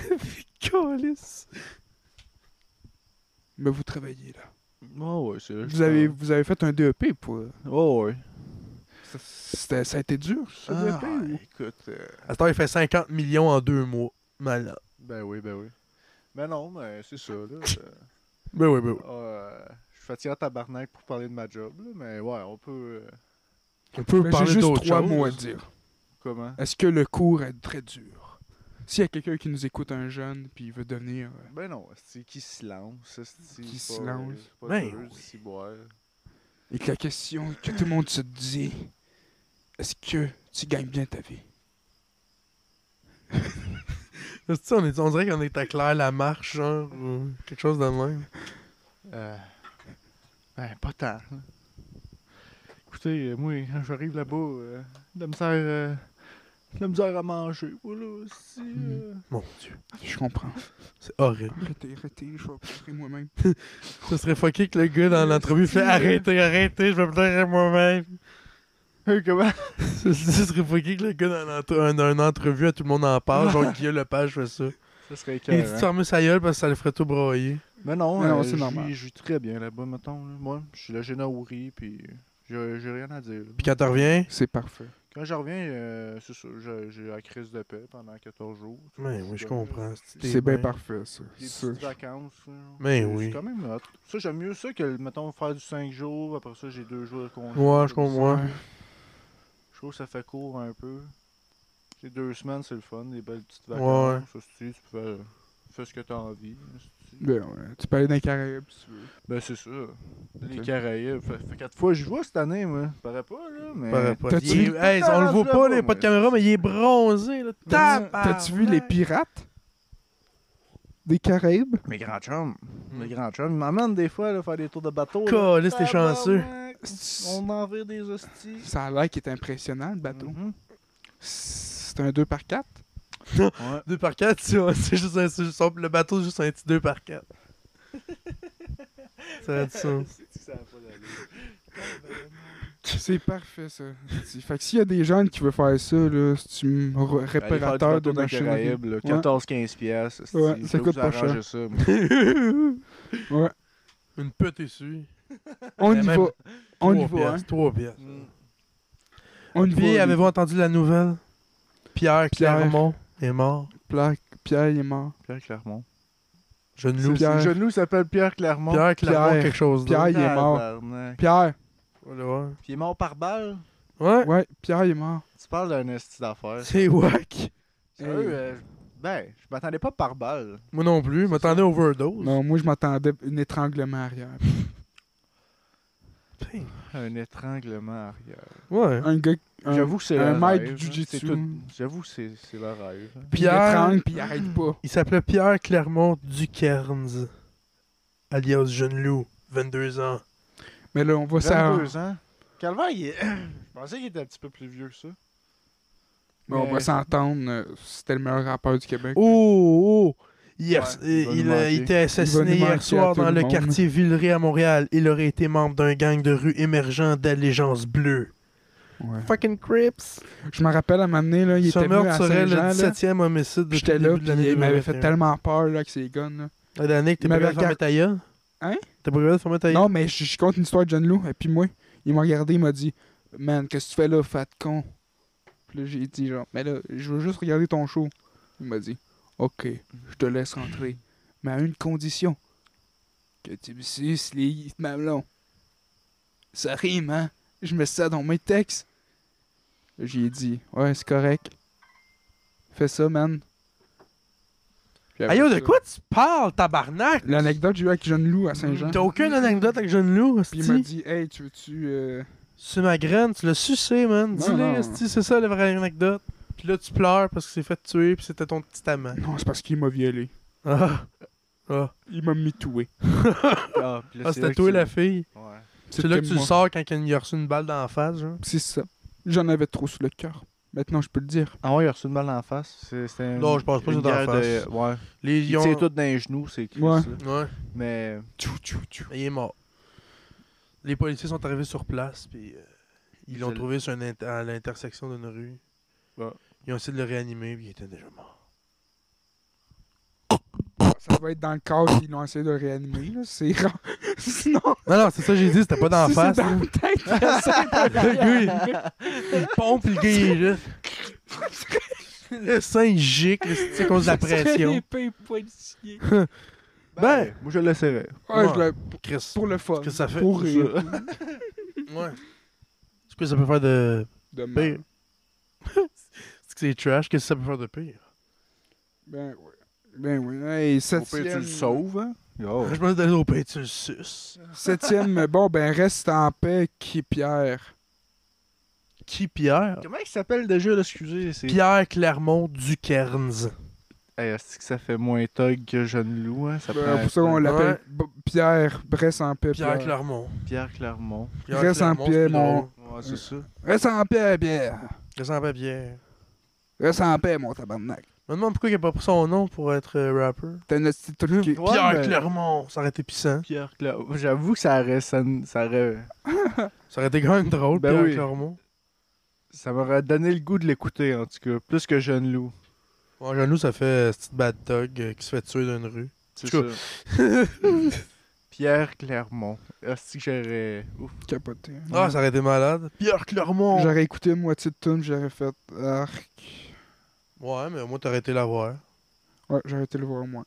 B: Calice.
A: Mais vous travaillez, là.
C: Oh ouais, c'est là. que je
A: Vous avez,
C: parle.
A: vous avez fait un DEP pour...
C: Oh ouais.
A: C'était, ça a été dur, ce
C: Ah,
A: DEP, ou-
C: écoute. euh,
B: À ce temps, il fait 50 millions en deux mois. Malade.
C: Ben oui, ben oui. Ben non, mais c'est ça, là. euh,
B: Ben oui, ben oui.
C: euh, je suis fatigué à tabarnak pour parler de ma job, là, mais ouais, on peut. euh,
B: On peut
A: Mais Ben,
B: parler
A: J'ai juste
B: d'autres
A: trois
B: choses.
A: mots à dire.
C: comment?
A: Est-ce que le cours est très dur? S'il y a quelqu'un qui nous écoute, un jeune, puis il veut devenir. euh,
C: Ben non, c'est qui se lance. esti,
A: Qui
C: c'est
A: se
C: pas-
A: lance.
C: c'est Pas
B: Ben
C: dur de
B: oui.
C: s'y boire.
A: Et que la question que tout le monde se dit, est-ce que tu gagnes bien ta vie?
B: Esti, on, est- on dirait qu'on est à Claire la marche, genre, ou quelque chose de même.
C: Euh, ben, pas tant. là. Écoutez, euh, moi, quand j'arrive là-bas, euh, de la misère, euh, de la misère à manger. Voilà, aussi. euh,
B: Mon Dieu,
A: Je comprends.
B: c'est horrible.
A: Arrêtez, arrêtez, je vais pleurer moi-même.
B: Ça serait fucké que le gars dans l'entrevue fait arrêtez, arrêtez, je vais me pleurer moi-même.
C: hey, comment?
B: Ça ça serait fucké que le gars dans l'entre- un- dans une entrevue, à tout le monde en parle, genre Guillaume Lepage fait ça.
C: Ça serait
B: Il
C: écœurant.
B: dit ferme sa gueule parce que ça le ferait tout broyer.
C: Mais non,
A: Mais non,
C: euh,
A: c'est
C: je
A: normal.
C: vis- Je vis très bien là-bas, mettons. là. Moi, je suis logé Naouri, puis j'ai j'ai rien à dire. là.
B: Puis quand t'en reviens,
A: C'est parfait.
C: Quand je reviens, euh, c'est ça, j'ai- j'ai la crise de paix pendant 14 jours.
B: mais ben oui, je comprends. t'es
A: C'est bien parfait, ça.
C: Des
A: Ça,
C: petites vacances. là.
B: Mais
C: C'est-
B: oui.
C: C'est quand même hot. Ça, j'aime mieux ça que, mettons, faire du 5 jours. Après ça, j'ai 2 jours de congé.
B: Ouais, je comprends.
A: Ouais.
C: Je trouve que ça fait court un peu. Les deux semaines, c'est le fun. Des belles petites vacances. Ça, c'est- tu peux faire, faire ce que t'as envie. c'est-
A: Ben ouais, tu peux aller dans les Caraïbes si tu veux.
C: Ben, c'est ça. Les
A: Ok.
C: Caraïbes. Fait, fait quatre fois, je vois cette année, moi. Paraît pas, là, mais.
B: Paraît pas.
A: T'as-tu-
B: Il est- Hey, on le voit pas, là, pas de caméra, mais il est bronzé, là.
A: T'as-
B: Tabarnak!
A: T'as-tu vu les pirates des Caraïbes?
C: Mes grands chums.
A: Hmm.
C: Mes grands chums. Ils m'emmènent des fois, là, faire des tours de bateau. là.
B: Caliste, t'es chanceux.
C: Tabarnak, On envire des hosties.
A: Ça a l'air qu'il est impressionnant, le bateau.
C: Mhm.
A: C'est un 2 par 4
C: Ouais.
B: 2 par 4, c'est juste un, c'est juste un- le bateau, c'est juste un petit 2 par 4. ça a du sens.
A: C'est parfait, ça. Fait que s'il y a des jeunes qui veulent faire ça, là, si tu m- r- réparateur de machinerie.
C: Caraïbes, là,
A: Ouais.
C: 14-15 piastres. c'est-
A: Ouais,
C: je
A: ça
C: vais
A: coûte
C: vous
A: pas cher.
C: arranger ça, moi.
A: Ouais.
B: Une petite essuie.
A: On y
B: Mais
A: va.
B: même-
A: On y
B: 3
A: va, hein.
B: piastres, 3 piastres.
C: Mm.
A: On y
B: Puis,
A: va.
B: avez-vous entendu la nouvelle? Pierre Clermont est mort.
A: Pierre, Pierre, il est mort.
C: Pierre Clermont.
B: Jeune
A: C'est
B: loup.
A: Pierre.
C: Le genou s'appelle Pierre Clermont.
B: Pierre Clermont,
A: Pierre.
B: quelque chose
A: Pierre,
B: d'autre.
A: il est mort.
C: Tabarnak.
A: Pierre,
B: Voilà, ouais.
C: Puis il est mort par balle.
B: Ouais,
A: ouais, Pierre, il est mort.
C: Tu parles d'un esti d'affaires.
B: c'est wack.
C: Sérieux,
A: Hey.
C: euh, ben, je m'attendais pas par balle.
B: Moi non plus, m'attendais à overdose.
A: Non, moi, je m'attendais à un étranglement arrière.
B: Putain.
C: Un étranglement arrière.
B: Ouais.
A: Un gars. un-
C: J'avoue que c'est
A: un
C: le
A: maître
C: rêve,
A: du
C: hein.
A: jujitsu.
C: C'est tout- J'avoue que c'est c'est le rêve. hein.
A: Puis il
B: Pierre-
A: étrangle, puis il arrête pas.
B: Il s'appelait Pierre Clermont Ducairns, alias Jeune Loup, 22 ans.
A: Mais là, on va ça.
C: 22 ans. Calvaire, il est- je pensais qu'il était un petit peu plus vieux que ça.
A: Mais on va
C: Mais-
A: s'entendre. euh, C'était le meilleur rappeur du Québec.
B: Oh, oh! Hier,
C: Ouais,
B: il,
C: il va nous
B: il a
C: manquer.
B: été
A: Il va
B: assassiné
A: nous
B: hier
A: manquer à
B: soir
A: tout
B: dans
A: le
B: le
A: monde.
B: quartier Villeray à Montréal. Il aurait été membre d'un gang de rue émergent d'allégeance bleue.
C: Oh.
A: Ouais.
B: Fucking Crips!
A: Je me rappelle à un moment donné, là, il
B: Ce
A: était venu
B: meurtre
A: à
B: serait le
A: Saint-Jean. là.
B: 17e homicide depuis
A: J'étais
B: le
A: là,
B: début
A: puis
B: de l'année
A: il m'avait fait
B: 2021.
A: tellement peur là, avec ses guns. là.
B: Ah, Danick, t'es
A: Il
B: pas
A: m'avait
B: capable de fermer ta gueule?
A: Hein?
B: T'es pas capable de fermer ta gueule?
A: Non, mais je, je compte une histoire de John Lou. Et puis moi, il m'a regardé, il m'a dit Man, qu'est-ce que tu fais là, fat con Puis là, j'ai dit genre, Mais là, je veux juste regarder ton show. Il m'a dit Ok, je te laisse rentrer. Mais à une condition que tu me suces les mamelons. Ça rime, hein Je mets ça dans mes textes. J'ai dit Ouais, c'est correct. Fais ça, man. Puis
B: Aïe,
A: après
B: de
A: ça-
B: quoi tu parles, tabarnak?
A: L'anecdote, j'ai eu avec John Lou à Saint-Jean.
B: T'as aucune anecdote avec Jeune Loup?
A: Puis il m'a
B: hostie?
A: dit, hey, tu veux-tu. euh,
B: C'est ma graine, tu l'as sucé, man.
A: Non,
B: Dis-le,
A: non.
B: esti, c'est ça la vraie anecdote. Puis là, tu pleures parce que c'est fait tuer, puis c'était ton petit amant.
A: Non, c'est parce qu'il m'a violé.
B: Ah, ah.
A: Il m'a mitoué.
C: Ah, puis là,
B: ah
C: c'est là
B: c'était
C: que
B: toi
C: tu-
B: la fille.
C: Ouais.
B: C'est là que tu le
A: moi.
B: sors quand il a reçu une balle dans la face, genre.
A: C'est ça. J'en avais trop sous le cœur. Maintenant, je peux le dire.
C: Ah ouais, il a reçu une balle en face. C'est- C'était une-
B: Non, je pense pas que
C: une
B: c'est dans la
C: guerre de-
B: face.
C: Ouais.
B: Les
C: Il
B: ils ont-
C: tire tout dans les genoux, c'est Chris,
A: Ouais.
C: là.
B: Ouais,
C: Mais
A: Tchou, tchou, tchou.
B: il est mort. Les policiers sont arrivés sur place, puis euh, ils l'ont
C: C'est-
B: trouvé sur une inter- à l'intersection d'une rue.
C: Ouais.
B: Ils ont essayé de le réanimer, puis il était déjà mort.
A: Ça va être dans le cadre qu'ils l'ont essayé de réanimer. là. C'est rare. Sinon,
B: Non, non, c'est ça que j'ai dit, c'était pas dans la
A: si
B: face.
A: c'est dans la tête. là, c'est-
B: Le gars, il, il pompe, le gars, il est là. Le sein, il gicle, c'est à cause de la
A: ça serait
B: pression.
A: des pays policiers.
B: Ben,
C: moi je l'essaierai.
A: Ouais,
B: Ouais.
A: Ah, je l'ai-
B: Chris,
A: pour le fun.
B: qu'est-ce que ça fait?
A: Pour
B: ça?
A: rire.
B: Ouais. C'est quoi ça peut faire de
A: De mal.
B: pire? C'est que c'est trash, qu'est-ce que ça peut faire de pire?
A: Ben oui. Ben oui. Hey,
D: Au pire, tu
A: septième.
D: le sauves. hein?
C: ben,
D: Oh.
B: Je pense d'aller au pays, tu le suces.
A: septième, bon, ben reste en paix, qui Pierre.
B: Qui, Pierre?
C: ben, Comment il s'appelle déjà, là, excusez? c'est-
B: Pierre Clermont du Cairns.
C: Hey, est-ce que ça fait moins thug que Jeune Loup, hein? Ça
A: Ben,
C: prend
A: pour ça, on l'appelle
B: ouais.
A: B- Pierre. Reste en paix, Pierre.
B: Pierre Clermont.
C: Pierre Clermont.
B: Pierre
A: Reste en
B: Clermont,
A: paix,
B: c'est
A: mon-
B: drôle.
C: Ouais, c'est ça.
A: Reste en paix, Pierre.
B: Reste en paix, Pierre.
A: Reste en paix, mon tabarnak.
B: Je me demande pourquoi il a pas pris son nom pour être euh, rapper.
A: T'as une petite truc qui...
C: Ouais, ben,
B: Pierre
C: mais-
B: Clermont. Ça aurait été puissant.
C: Pierre Clermont. J'avoue que ça aurait... Ça, ça aurait...
B: Ça aurait été quand même drôle,
C: Ben
B: Pierre
C: oui.
B: Clermont.
C: Ça m'aurait donné le goût de l'écouter, en tout cas. Plus que Jeune Loup.
B: Bon, jean ça fait euh, ce petit bad dog euh, qui se fait tuer dans une rue.
C: C'est
B: En tout
C: ça. Pierre Clermont. Est-ce que j'aurais... Ouf.
A: Capoté.
B: Ah, ça aurait été malade. Pierre Clermont.
A: hein. J'aurais écouté moitié de tune, j'aurais fait arc.
B: Ouais, mais au moins t'aurais été la voir.
A: Ouais, j'aurais été le voir moi.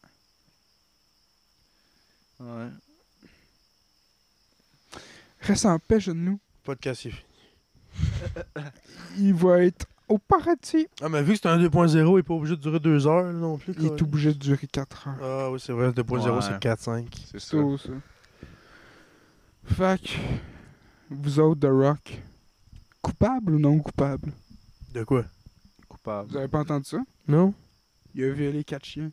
C: Ouais.
A: Reste en paix, jeune loup.
B: Podcast, il est fini.
A: Il va être au paradis.
B: Ah, mais vu que c'est un 2.0, il est pas obligé de durer 2 heures là, non plus.
A: Il est
B: quoi.
A: obligé de durer 4 heures.
B: Ah, oui, c'est vrai, le 2.0,
D: Ouais.
B: c'est 4-5.
D: C'est ça.
A: C'est ça. Fait que, vous autres de rock, coupable ou non coupable
B: De quoi
A: Vous
C: Coupable.
A: avez pas entendu ça
B: Non
A: Il a violé 4 chiens.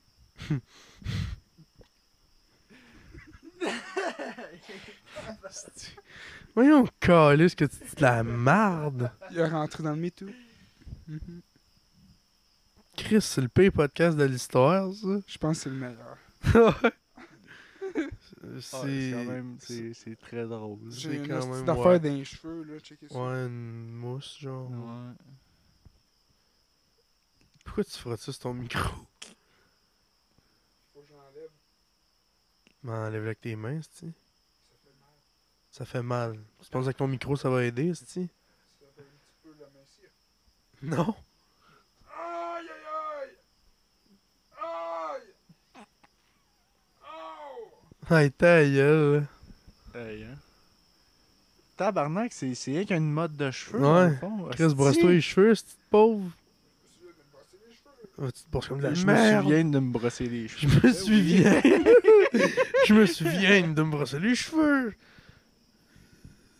B: Voyons, calisse, que tu dis de la marde.
A: Il est rentré dans le métro. Mhm.
B: Chris, c'est le pire podcast de l'histoire, ça.
A: Je pense que c'est le meilleur.
B: c'est.
C: Ouais, c'est quand même... C'est c'est très drôle.
A: J'ai une
B: quand
A: petite
B: même,
A: affaire
B: ouais.
A: dans les cheveux, là, checker ça.
B: Ouais, une mousse, genre.
C: Ouais.
B: Pourquoi tu feras ça sur ton micro
A: Faut que j'enlève.
B: M'enlève avec tes mains, c'ti. Ça fait mal. Tu penses que ton micro, ça va aider, c'ti
A: Ça fait un petit peu la messie.
B: Non.
A: Aïe, aïe, aïe! Aïe! Oh!
B: Hey, ta gueule.
C: Hey, hein. Tabarnak, c'est c'est rien qu'une mode de cheveux,
B: Ouais.
C: dans le fond.
B: Chris,
C: Asti.
B: brosse-toi les cheveux, c'ti de pauvre. Ah, tu te brosses comme de la
C: Je me
B: merde.
C: souviens de me brosser les
B: Je
C: cheveux.
B: me souviens. Je me souviens de me brosser les cheveux.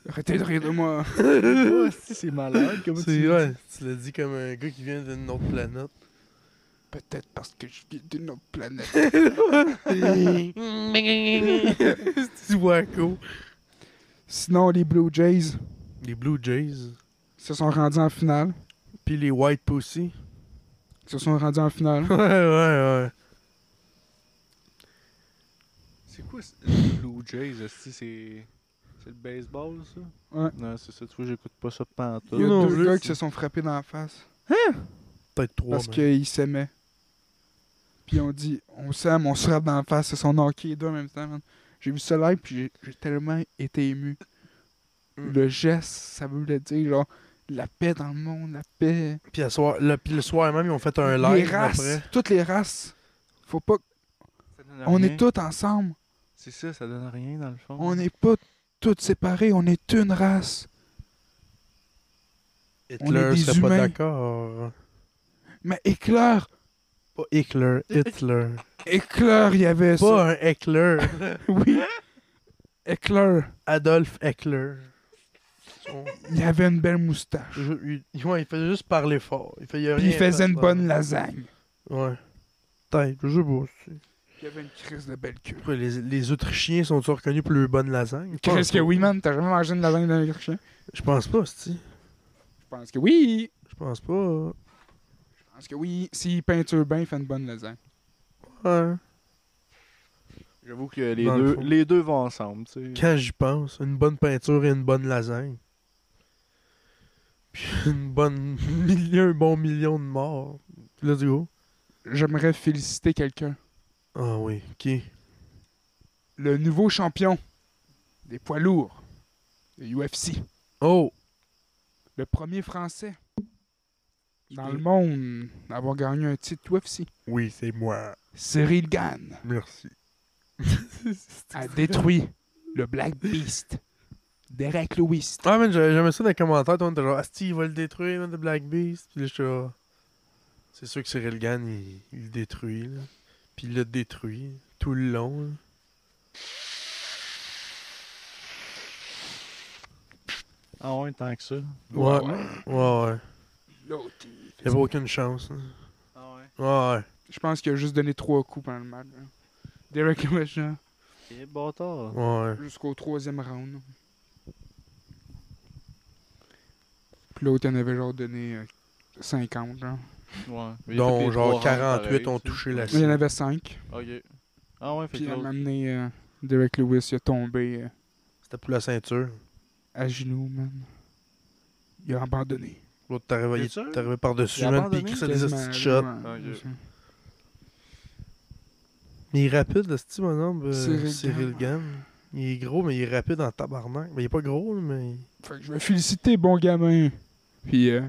A: Arrêtez de rire de moi!
C: Oh, asti, c'est malade, comment
B: C'est
C: tu...
B: ouais, tu l'as dit comme un gars qui vient d'une autre planète.
A: Peut-être parce que je vis d'une autre planète.
B: C'est wacko.
A: Sinon, les Blue Jays
B: Les Blue Jays.
A: se sont rendus en finale.
B: Puis les White Pussy.
A: Ils se sont rendus en finale.
B: Ouais, ouais, ouais.
C: C'est quoi ce- les Blue Jays, asti, c'est... C'est le baseball, ça?
A: Ouais.
C: Non, c'est ça, tu vois, j'écoute pas ça
A: Il y a
C: pantoute.
B: Non,
A: deux
B: je-
A: gars qui se sont frappés dans la face
B: Peut-être trois.
A: parce
B: mais-
A: qu'ils s'aimaient. Puis on dit, on s'aime, on se frappe dans la face, ils sont knockés les deux en même temps. man. J'ai vu ça live, puis j'ai- j'ai tellement été ému.
B: Mm.
A: Le geste, ça voulait dire genre la paix dans le monde, la paix.
B: Puis, à soir- le, puis le soir même, ils ont fait un
A: les
B: live
A: races,
B: après.
A: toutes les races. Faut pas. On est tous ensemble.
C: C'est ça, ça donne rien, dans le fond.
A: On n'est pas toutes séparés. On est une race. On est
B: Hitler
A: des
B: serait pas
A: humains.
B: d'accord.
A: Mais éclair,
B: Pas Hitler, Hitler.
A: éclair, il y avait ça.
B: pas un Hitler.
A: Oui. Éclair,
B: Adolf Hitler. Son-
A: il y avait une belle moustache.
B: Je- il, il- ouais, il faisait juste parler fort. Il, fait, il, a
A: Puis il
B: rien
A: faisait
B: fait,
A: une
B: là.
A: bonne lasagne.
B: Ouais. Peut-être, je sais pas. c'est-
A: Il y avait une crise de belle queue.
B: Pourquoi les, les Autrichiens sont-ils reconnus pour leur bonne lasagne? Je pense
A: Crise que
B: pas.
A: oui, man. T'as jamais mangé une lasagne d'un chien?
B: Je pense pas, si.
A: Je pense que oui.
B: Je pense pas.
A: Je pense que oui. S'il peinture bien, il fait une bonne lasagne.
B: Ouais.
C: J'avoue que les
B: Dans le
C: deux,
B: fond.
C: les deux vont ensemble, tu sais.
B: Quand j'y pense, une bonne peinture et une bonne lasagne. Puis une bonne million, un bon million de morts. Let's go.
A: J'aimerais féliciter quelqu'un.
B: Ah oui, ok.
A: Le nouveau champion des poids lourds de UFC.
B: Oh!
A: le premier français dans le monde à avoir gagné un titre UFC.
B: Oui, c'est moi.
A: Cyril Gann
B: Merci.
A: a détruit le Black Beast. Derek Lewis.
B: Ah, man, j'avais jamais ça dans les commentaires. Tout le monde était genre, Asti, il va le détruire, man, de Black Beast. Puis là, je suis genre, C'est sûr que Cyril Gann, il, il le détruit. là. Puis il le détruit tout le long. là.
C: Ah ouais, tant que ça.
B: Ouais. Ouais, ouais.
A: L'autre, il
B: Il n'y
A: fait ça.
B: avait aucune chance. là.
C: Ah ouais.
B: Ouais, ouais.
A: Je pense qu'il a juste donné trois coups pendant le match. là. Derek Lewis, hein. là,
C: Et bâtard.
B: Ouais.
A: jusqu'au troisième round. là. Puis l'autre, il en avait genre donné euh, 50. Genre.
C: Ouais. Mais il a fait
B: Donc,
C: les
B: genre
C: trois rounds
B: 48 ont
C: pareil, tu sais.
B: touché la
A: Il y en
B: cible.
A: avait 5.
C: Ok. Ah ouais, fait
A: Puis
C: que
A: à un moment
C: l'autre-
A: donné, euh, Derek Lewis, il a tombé euh,
B: C'était pour la ceinture.
A: à genoux, man. Il a abandonné.
B: L'autre, t'es arrivé,
C: T'es sûr?
B: t'es arrivé par-dessus,
C: Il a
B: man, puis
C: abandonné?
B: il crissait des
A: Quasiment,
B: hosties de shots.
A: vraiment,
C: Ok.
A: ça.
B: Mais il est rapide, le petit bonhomme, euh,
A: Cyril Gann.
B: Cyril Gann. Il est gros, mais il est rapide en tabarnak. Mais il est pas gros, là, mais...
A: Fait que je vais féliciter, bon gamin. Puis, euh,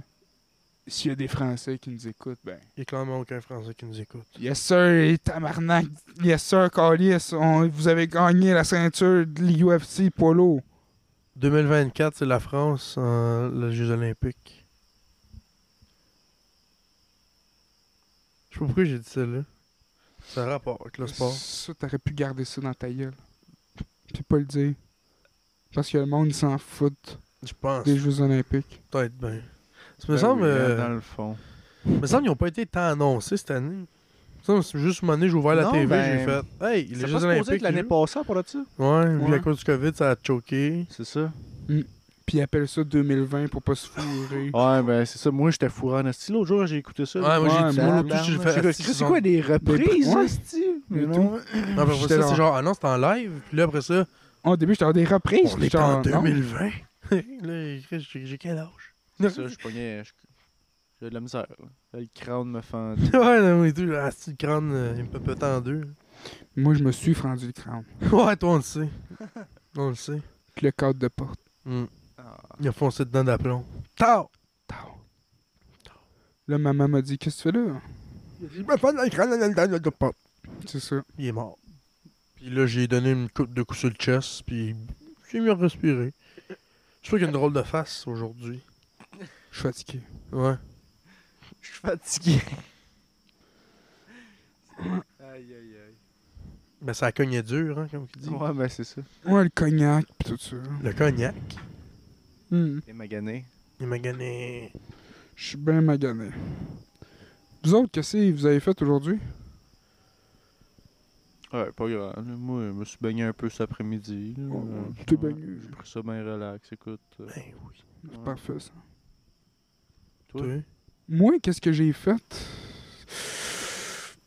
A: s'il y a des Français qui nous écoutent, ben.
B: Il n'y a clairement aucun Français qui nous écoute.
A: Yes, sir, et tabarnak. Yes, sir, Calis. on- Vous avez gagné la ceinture de l'UFC Polo.
B: 2024, c'est la France, euh, les Jeux Olympiques. Je sais pas pourquoi j'ai dit ça, là. Ça a rapport avec le sport.
A: Ça, t'aurais pu garder ça dans ta gueule. Puis pas le dire. Parce que le monde il s'en fout
B: Je pense.
A: des Jeux Olympiques.
B: Peut-être bien. Ça me
C: Ben
B: semble...
C: oui,
B: euh,
C: Dans le fond.
B: me semble qu'ils n'ont pas été tant annoncés cette année. Ça, c'est juste une année, j'ai ouvert la
C: Non,
B: TV,
C: ben,
B: j'ai fait. Hey, les
C: C'est
B: Jeux
C: pas supposé
B: Olympiques.
C: que l'année
B: les-
C: passée, pour là-dessus?
B: Ouais, puis
A: Ouais.
B: à cause du COVID, ça a choqué.
C: C'est ça.
A: Puis ils appellent ça 2020 pour pas se fourrer.
C: Ouais, ben c'est ça. Moi, j'étais fourré en esti. L'autre jour, j'ai écouté ça.
B: Ouais, moi
A: Ouais,
B: j'ai dit, moi,
A: mais
B: l'autre jour, j'ai
C: Tabarnak.
B: fait.
C: C'est quoi-
B: Asti,
C: C'est
B: ils ont-
C: quoi des reprises,
A: ouais.
C: esti?
A: Mais
C: Mais
A: tout.
C: non.
B: Non, mais après
A: J'étais
B: ça,
A: dans-
B: c'est genre, ah non, c'est en live. Puis là, après ça,
A: Au début, j'étais à des reprises.
B: Oh. on
A: puis
B: est en
A: j'étais en- non.
B: 2020. là, Chris, j'ai j'ai quel âge?
C: C'est ça, je pognais. je- J'ai de la misère. là. Là, Le crâne me fend.
B: Ouais, non, mais tout, ah, c'est le crâne, euh, il me pète en deux.
A: Moi, je me suis fendu le crâne.
B: Ouais, toi, on le sait. On le sait.
A: Puis le cadre de porte.
B: Mm.
C: Ah.
B: Il a foncé dedans d'aplomb. Tao!
A: Tao. Là, maman m'a dit Qu'est-ce que tu fais là
B: Il m'a fait le crâne dans le pop.
A: C'est ça.
B: Il est mort. Puis là, j'ai donné une coupe de coups sur le chest, puis j'ai mieux respiré. Je trouve qu'il a une drôle de face aujourd'hui.
A: Je suis fatigué.
B: Ouais.
C: Je suis fatigué. aïe, aïe, aïe.
B: Ben, ça cognait dur, hein, comme tu dis.
C: Ouais, ben c'est ça.
A: Ouais, le cognac, pis tout ça.
B: Le cognac.
A: Hmm,
C: Les maganés.
B: Il m'a gagné.
A: Je suis bien magané. Vous autres, qu'est-ce que vous avez fait aujourd'hui
C: Ouais, pas grave. là. Moi, je me suis baigné un peu cet après-midi. là.
A: Ouais,
C: Euh,
A: tu Oh, t'es
C: ouais,
A: baigné.
C: J'ai pris ça bien relax, écoute. euh,
B: Ben oui.
A: C'est
C: Ouais.
A: parfait, ça.
C: Toi?
A: Moi, qu'est-ce que j'ai fait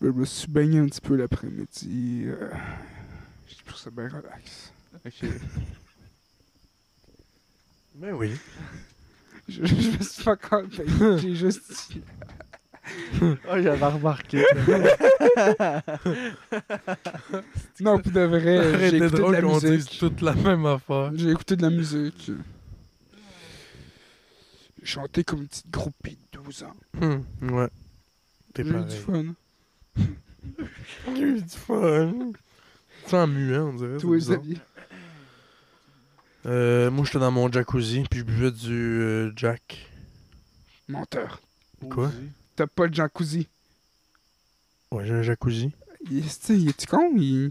A: Je me suis baigné un petit peu l'après-midi. euh, J'ai pris ça bien relax.
C: Ok.
B: Ben oui.
A: Je, je me suis pas encore baigné, j'ai juste dit.
C: oh, j'avais remarqué.
A: Non, pour de vrai, euh, j'ai
B: C'était
A: écouté de
B: drôle
A: la
B: qu'on dise
A: musique.
B: toute la même affaire.
A: J'ai écouté de la musique. J'ai chanté comme une petite groupie de 12 ans.
B: Hum, Ouais. T'es
A: J'ai eu du
B: pareil.
A: fun.
B: J'ai eu du fun. Sans muet, on dirait. c'est
A: Toi,
B: bizarre.
A: Xavier.
B: Euh, moi, j'étais dans mon jacuzzi, puis je buvais du euh, Jack.
A: Menteur.
B: Quoi?
C: Ozi.
A: T'as pas de jacuzzi.
B: Ouais, j'ai un jacuzzi.
A: Il est il est-tu con? Il...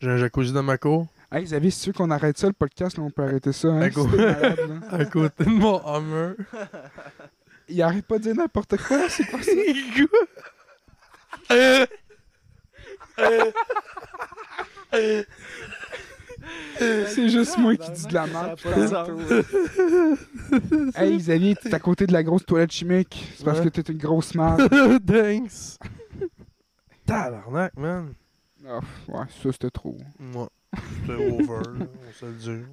B: J'ai un jacuzzi dans ma cour.
A: Hey, Xavier, c'est sûr qu'on arrête ça, le podcast, là, on peut arrêter ça. Hein,
B: Ah,
A: si
B: go.
A: t'es malade, là.
B: À côté de mon Hummer.
A: Il arrête pas de dire n'importe quoi, c'est quoi ça? C'est juste moi qui dis de la merde.
C: Ça a pas de sens.
A: Hey Xavier, t'es à côté de la grosse toilette chimique. C'est parce
B: Ouais.
A: que t'es une grosse merde.
B: Thanks. Tabarnak, man.
A: Ah, ouais, ça c'était trop.
B: Moi. J'étais over, là, on se le dit.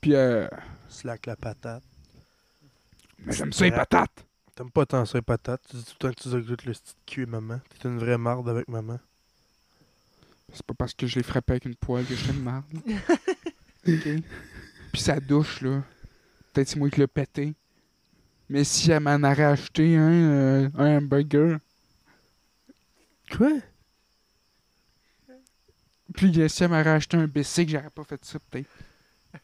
A: Puis, euh,
B: Slack la patate.
A: mais j'aime ça les patates.
B: T'aimes pas tant ça, les patates. Tu dis tout le temps que tu goûtes le petit cul, maman. T'es une vraie marde avec maman.
A: C'est pas parce que je les frappais avec une poêle que je suis une merde. ok. Puis sa douche, là. Peut-être c'est moi qui l'ai pété. Mais si elle m'en aurait acheté hein, euh, un hamburger,
B: Quoi?
A: puis que si elle m'aurait acheté un bicycle, j'aurais pas fait ça, peut-être.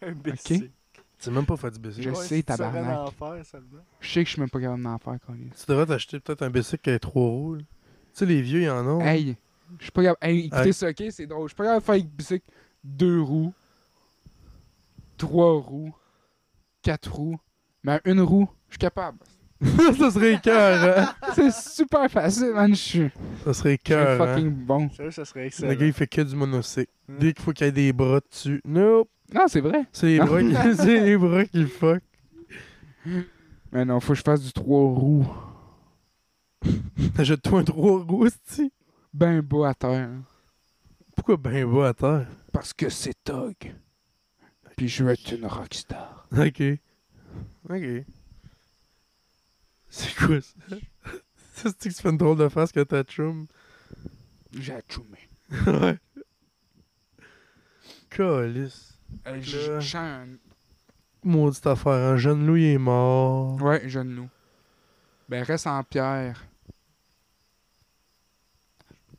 C: Un bicycle.
B: Tu sais même pas faire du bicycle.
A: Je
C: Ouais,
A: sais,
C: si tu saurais
A: tabarnak.
C: en faire seulement.
A: Je sais que je suis même pas capable d'en faire, Colin.
B: Tu devrais t'acheter peut-être un bicycle qui a trois roues. là. Tu sais, les vieux, ils en ont.
A: Hey, je suis pas capable. Hey, écoutez
B: Ouais.
A: ça, ok, c'est drôle. Je suis pas capable de faire avec bicycle deux roues, trois roues, quatre roues, mais une roue, je suis capable.
B: ça serait cœur, hein?
A: C'est super facile, man. Je suis
B: Ça serait
A: je suis
B: cœur. hein?
A: fucking bon.
C: Sérieux, ça serait excellent.
B: Le gars, il fait que du monocycle.
C: Hmm.
B: Dès qu'il faut qu'il y ait des bras dessus. Nope!
A: Non, c'est vrai.
B: C'est les bras
A: Ah.
B: qui, c'est les bras qui le fuck.
A: Mais non, faut que je fasse du trois roues.
B: Achète-toi un trois roues, c'ti.
A: Ben bas à terre.
B: Pourquoi ben bas à terre?
A: Parce que c'est Tog. Puis je veux être une rockstar.
B: Ok. Ok. C'est quoi ça? ça, c'est que tu fais une drôle de face que t'as chum.
A: J'ai atchoumé.
B: ouais. Calice.
A: Euh,
B: Fait que
A: je
B: là-
A: je chante.
B: Maudite affaire, hein? Jeune Louis est mort.
A: Ouais, jeune loup. Ben reste en pierre.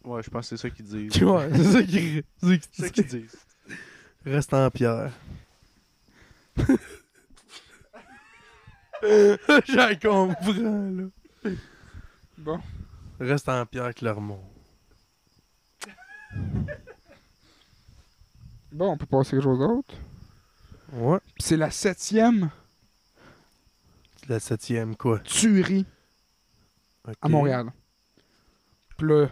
C: Ouais, je pense que c'est ça qu'ils disent.
B: Tu vois, c'est ça qui. c'est
C: C'est
B: ça
C: ça
B: qui-
C: qu'ils disent.
B: Reste en pierre. J'en comprends, là.
A: Bon.
B: Reste en pierre, Clermont.
A: Bon, on peut passer quelque chose d'autre.
B: Ouais.
A: Puis c'est la septième
B: C'est la septième, quoi.
A: tuerie
B: Ok.
A: à Montréal. Puis là,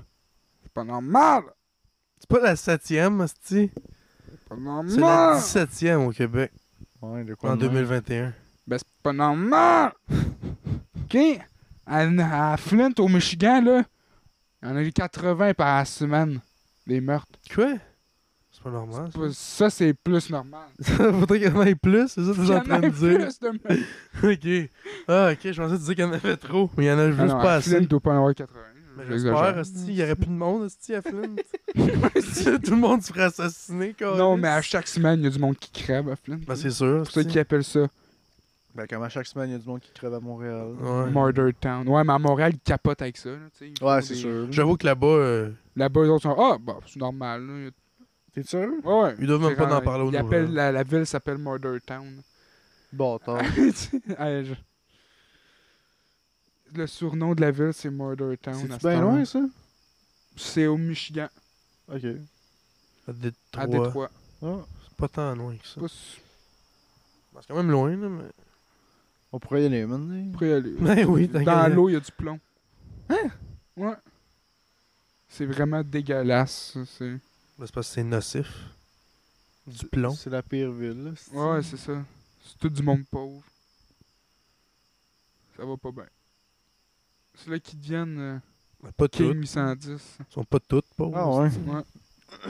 A: c'est pas normal!
B: C'est pas la septième, Asti.
A: C'est pas
B: C'est la
A: normal!
B: 17e au Québec
C: Ouais, de quoi
B: en
C: de même.
B: 2021.
A: Ben c'est pas normal! OK? À, à Flint, au Michigan, là, il y en a eu 80 par semaine, des meurtres.
B: Quoi? C'est pas normal.
A: Pas- Ça, c'est plus normal.
B: Ça faudrait qu'il y en ait plus, c'est ça que tu
A: Il
B: es
A: y
B: en
A: en a
B: train de dire?
A: plus de meurtres.
B: ok. Ah, ok, je pensais que tu disais qu'il y en avait trop, mais il y en a juste
A: Ah non,
B: pas
A: à Flint,
B: assez.
A: il doit pas en avoir 80.
B: Mais
A: J'exagère.
B: J'espère, Asti,
A: Hmm.
B: il y aurait plus de monde, Asti, à Flint. Asti, Tout le monde se ferait assassiner, quoi.
A: Non, mais à chaque semaine, il y a du monde qui crève à Flint.
B: Ben, c'est sûr.
A: C'est pour ça
B: asti.
A: qu'ils appellent ça
C: Ben, comme à chaque semaine, il y a du monde qui crève à Montréal.
B: Ouais.
A: Murder Town. Ouais, mais à Montréal, ils capotent avec ça. Là, tu sais, ils font
C: Ouais, c'est
A: des-
C: sûr.
B: J'avoue que là-bas, euh,
A: Là-bas, les autres sont Ah, bah, c'est normal. là, il y a-
C: T'es sûr?
A: Ouais, ouais.
B: ils doivent même
A: C'est
B: pas en
A: rare,
B: parler aux
A: ils
B: nouvelles.
A: appellent- la, la ville s'appelle Murder Town.
B: Ah
C: Bâtard.
A: Ouais, je- Le surnom de la ville, c'est Murder Town. à
C: C'est
A: cette
C: bien
A: heure.
C: loin, ça?
A: C'est au Michigan,
C: Ok.
B: À Détroit.
A: à Détroit.
C: Ah.
B: C'est pas tant loin que ça.
A: C'est pas su-
B: C'est quand même loin, là, mais.
C: On pourrait y aller, man. hein.
A: prêt à aller.
B: Ben oui, t'as
A: Dans
B: gagné.
A: l'eau, il y a du plomb. Hein? Ouais. C'est vraiment dégueulasse. ça, c'est-
B: Ben, c'est parce que c'est nocif. Du plomb.
C: C'est la pire ville, là. c'est-
A: Ouais, c'est ça. C'est tout du monde pauvre. Ça va pas bien. C'est là qu'ils deviennent euh,
B: Ben, pas
A: King
B: toutes.
A: 810.
B: Ils sont pas toutes pauvres.
C: Ah ouais.
A: Ouais.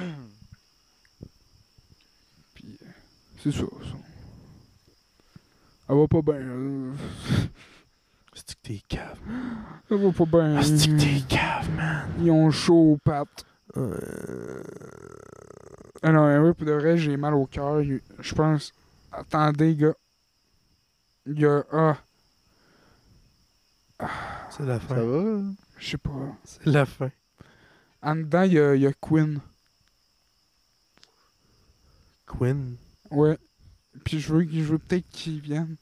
A: Puis, euh, c'est ça, ça. Ça va pas bien. euh,
B: C'est que t'es cave.
A: Ça va pas bien.
B: Ah, C'est que t'es cave, man.
A: Ils ont chaud aux pattes.
B: Euh,
A: Ah non, euh, oui, pour de vrai, j'ai mal au cœur. Il- Je pense. Attendez, gars. Il y a. Ah,
B: C'est la
C: Ça
B: fin.
C: va? hein?
A: je sais pas.
B: C'est la fin.
A: En dedans, il y a, il y a Queen.
B: Quinn.
A: Ouais. Puis je veux, je veux peut-être qu'il vienne.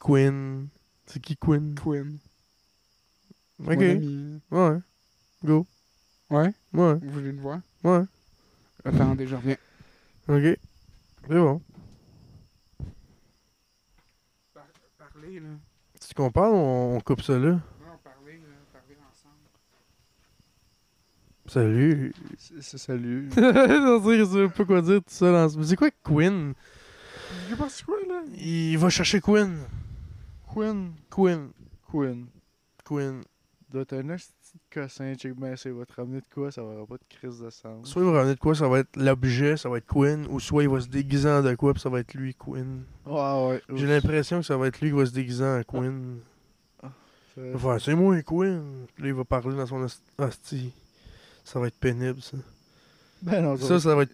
B: Quinn. C'est qui Quinn?
A: Quinn. Mon
B: Ok.
A: ami.
B: Ouais. Go.
A: Ouais,
B: Ouais.
A: vous voulez le voir?
B: Ouais.
A: Attendez, je reviens.
B: Ok. C'est bon.
A: Parlez, là.
B: Tu qu'on parle, on on coupe ça là.
A: Non, parlez, là. Parlez ensemble.
B: Salut.
C: C'est c'est- salut.
B: Je sais pas quoi dire tout seul en ce- Mais C'est quoi Quinn?
A: J'ai pas su quoi, là?
B: Il va chercher Quinn. Quinn. Quinn.
C: Quinn.
B: Quinn.
C: Doit être un petit cossin, check ben, c'est votre ramener de quoi, ça va avoir pas de crise de sang.
B: Soit il va revenir de quoi, ça va être l'objet, ça va être Quinn, ou soit il va se déguiser en de quoi, puis ça va être lui, Quinn.
C: Ouais, ouais.
B: J'ai l'impression que ça va être lui qui va se déguiser en Quinn. Il
C: l'impression.
B: va faire, c'est moi, Quinn. Puis là, il va parler dans son ast- asti. Ça va être pénible, ça.
C: Ben non,
B: Ah, Ça, ça va être.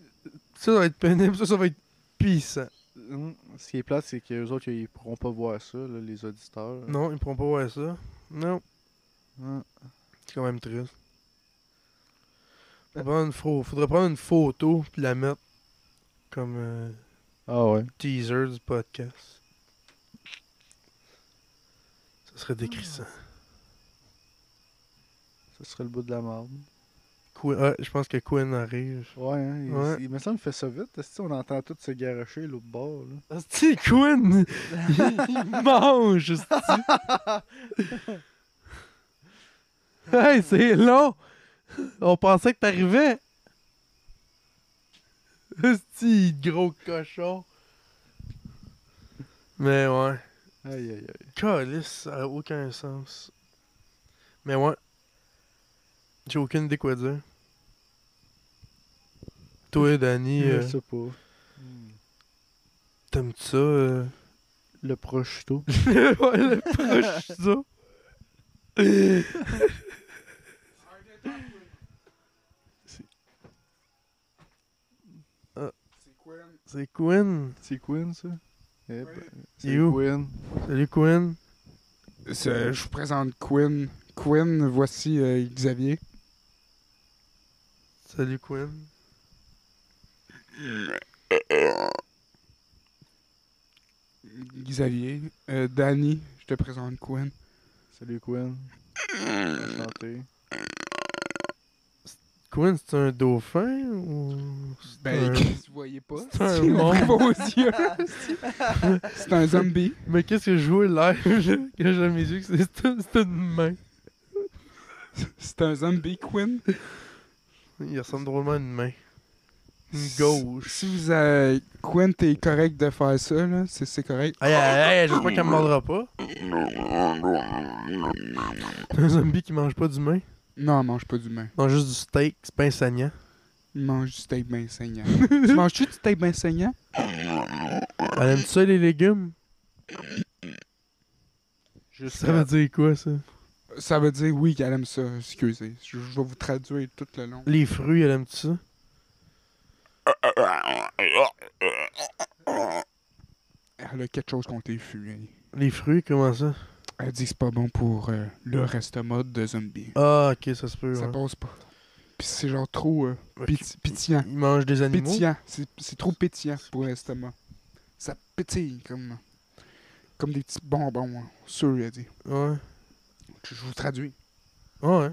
B: Ça, ça va être pénible. Ça, ça va être pissant.
C: Hum, Ce qui est plate, c'est qu'eux autres, ils pourront pas voir ça, là, les auditeurs.
B: Non, ils pourront pas voir ça. Non,
C: Hum.
B: c'est quand même triste. Faudrait prendre une, pho- faudrait prendre une photo puis la mettre comme euh,
D: Ah ouais.
B: teaser du podcast. Ça serait décrissant.
C: Ça serait le bout de la merde.
B: Quinn- ah, je pense que Quinn arrive.
C: Ouais, hein, il,
B: Ouais.
C: il me semble qu'il fait ça vite. Est-ce que on entend tout se garocher l'autre bord, là?
B: Asti, Quinn! il, il mange, asti. Hey, c'est long! On pensait que t'arrivais! Asti, gros cochon! Mais ouais.
C: Aïe, aïe, aïe.
B: Calice, ça a aucun sens. Mais ouais. J'ai aucune idée quoi dire. Toi, Danny, euh,
C: Je sais pas. Hmm.
B: t'aimes-tu ça? euh?
C: Le prosciutto.
B: ouais, le proche, ça.
A: C'est quoi?
B: Ah. C'est Quinn.
C: C'est Quinn, ça? Eh ben, C'est
B: où?
C: Quinn.
B: Salut, Quinn.
A: C'est- Je vous présente Quinn. Quinn, voici euh, Xavier.
B: Salut, Quinn.
A: Xavier. Euh, Danny, je te présente Quinn.
C: Salut, Quinn. Enchanté.
B: Quinn, c'est un dauphin ou. c'est
A: Ben,
B: un-
A: Chris, vous voyez pas?
B: C'est un
A: Il a
B: monde.
A: pris vos yeux. C'est un zombie.
B: Mais qu'est-ce que je jouais live, là, que j'ai à mes yeux, que c'est- c'est c'est une main.
A: C'est un zombie, Quinn.
B: Il ressemble drôlement à une main. Une gauche.
A: Si vous avez... Quinn, t'es correct de faire ça, là. C'est c'est correct.
B: Hey, hey, hey, j'espère qu'elle me mordra pas. Un zombie qui mange pas d'humain.
A: Non, elle mange pas d'humain.
B: Non, juste du steak, c'est pas saignant.
A: Il mange du steak bien saignant. tu manges-tu du steak bien saignant?
B: Elle aime ça les légumes?
C: Juste
B: Ça veut dire quoi ça?
A: Ça veut dire oui qu'elle aime ça. Excusez. Je, je vais vous traduire tout le long.
B: Les fruits, elle aime ça?
A: Elle a quelque chose contre les fûts. Elle,
B: Les fruits, comment ça?
A: elle dit que c'est pas bon pour euh, leur estomac de zombie.
B: Ah, ok, ça se peut.
A: Ça
B: ouais.
A: passe pas. Puis c'est genre trop euh,
B: Ok.
A: piti- pétillant.
B: Ils mangent des animaux?
A: Pétillant. C'est c'est trop pétillant pour l'estomac. Ça pétille comme, comme des petits bonbons. hein. Sûr, elle dit.
B: Ouais. Ah,
A: Je, je vous traduis.
B: Ouais.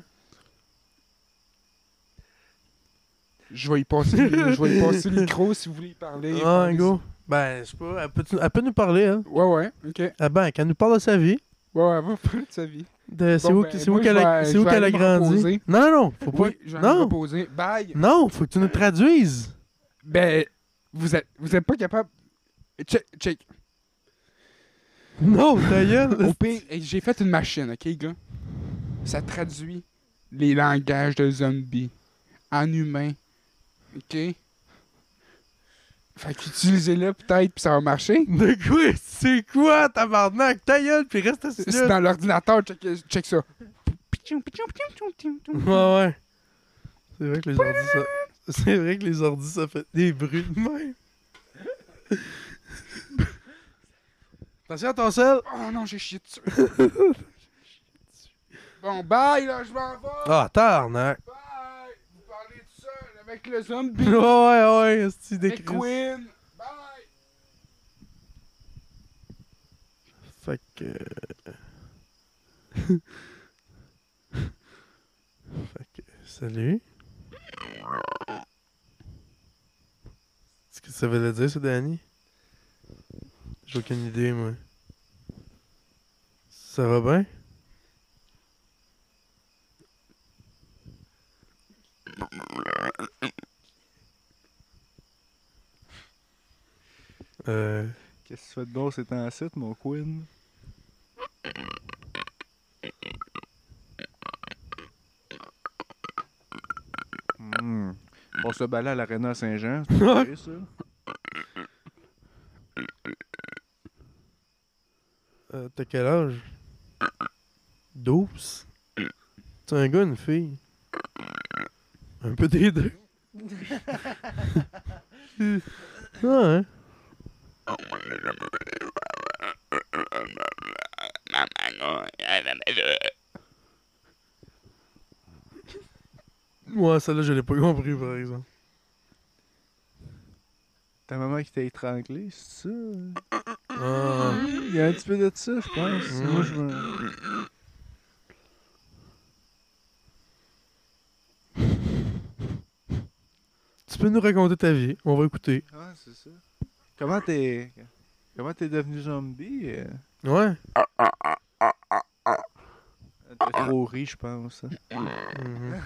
A: Je vais y passer, je vais y passer le micro si vous voulez y parler.
B: Ah,
A: Parlez-
B: go. Ben, c'est pas. Elle peut, elle peut nous parler, hein?
A: Ouais, ouais, ok. Ouais,
B: Ah ben, qu'elle nous parle de sa vie.
A: ouais, elle va parler de sa vie.
B: De, c'est
A: Bon,
B: où,
A: ben,
B: c'est où
A: moi, je
B: qu'elle a,
A: vais-
B: c'est
A: je
B: où
A: vais
B: qu'elle a
A: aller me
B: grandi?
A: reposer.
B: Non, non, non, faut pas.
A: Oui, je vais me
B: non,
A: reposer. Bye!
B: non, faut que tu nous traduises.
A: Ben, vous êtes, vous êtes pas capable. Check, check.
B: Non, Oh, ta gueule.
A: Au pire, hey, j'ai fait une machine, ok, gars? Ça traduit les langages de zombies en humain. Ok? Fait qu'utilisez-le peut-être, puis ça va marcher.
B: De quoi? C'est quoi, tabarnak? Ta gueule, puis reste assis
A: C'est
B: là.
A: dans l'ordinateur, check, check ça.
B: Ouais, ouais. C'est vrai que les ordis, ça... C'est vrai que les ordis, ça fait des bruits de même. Attention à ton sel.
A: Oh non, j'ai chié dessus. bon, bye, là, je m'en vais.
B: Ah, tarnac.
A: Bye! Vous parlez de ça avec le zombie.
B: Ouais, ouais, ouais, c'est des
A: Avec Quinn. Bye!
B: Fait que. euh, fait que. Salut. Est-ce que ça veut dire, ça, Danny? J'ai aucune idée, moi. Ça va bien? Euh.
C: Qu'est-ce que tu fais de bon ces temps-ci, mon Quinn? Hmm. On se balait à l'Arena Saint-Jean. C'est pas vrai, ça?
B: Euh, T'as quel âge? 12? T'es un gars, ou une fille? Un peu des deux. ah, hein? Ouais, celle-là, je l'ai pas compris, par exemple.
C: ta maman qui t'a étranglé, c'est ça?
B: Ah.
C: Il y a un petit peu de ça, je pense.
B: Mm.
C: Moi, je me.
B: Tu peux nous raconter ta vie. On va écouter.
C: Ah, c'est ça. Comment t'es. Comment t'es devenu zombie? euh?
B: Ouais.
C: T'es trop ri, je pense. hein.
B: Mhm.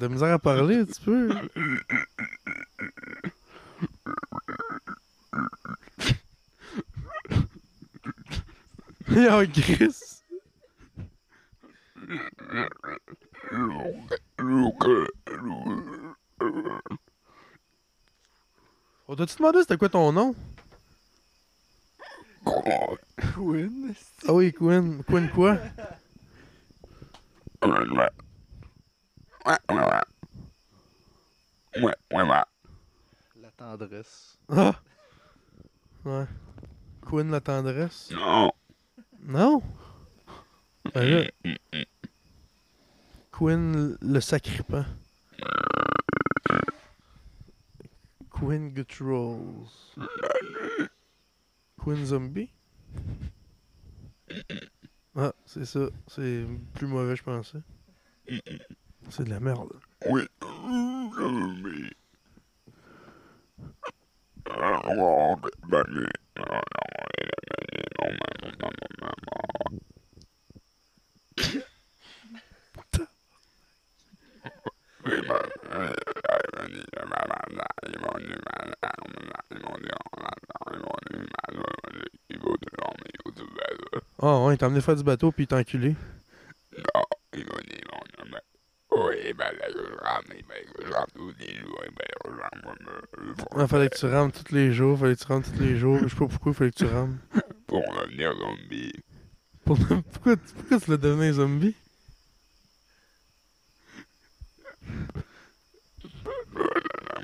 B: De la misère à parler un petit peu. Yo, Chris. On t'a-tu demandé c'était quoi ton nom?
C: Quinn?
B: Ah oui, Quinn. Quinn quoi?
C: La tendresse.
B: Ah! Ouais. Quinn la tendresse? Non? Ben là. Quinn le sacripant. Quinn Guttrolls. Quinn Zombie? Ah, c'est ça. C'est plus mauvais, je pensais. C'est de la merde. Ah ouais, il t'a emmené faire du bateau puis il t'a enculé. Ah, fallait que tu rames tous les jours, fallait que tu rames tous les jours. Je sais pas pourquoi il fallait que tu rames.
D: Pour devenir zombie.
B: Pour- pourquoi, pourquoi tu l'as devenu un zombie?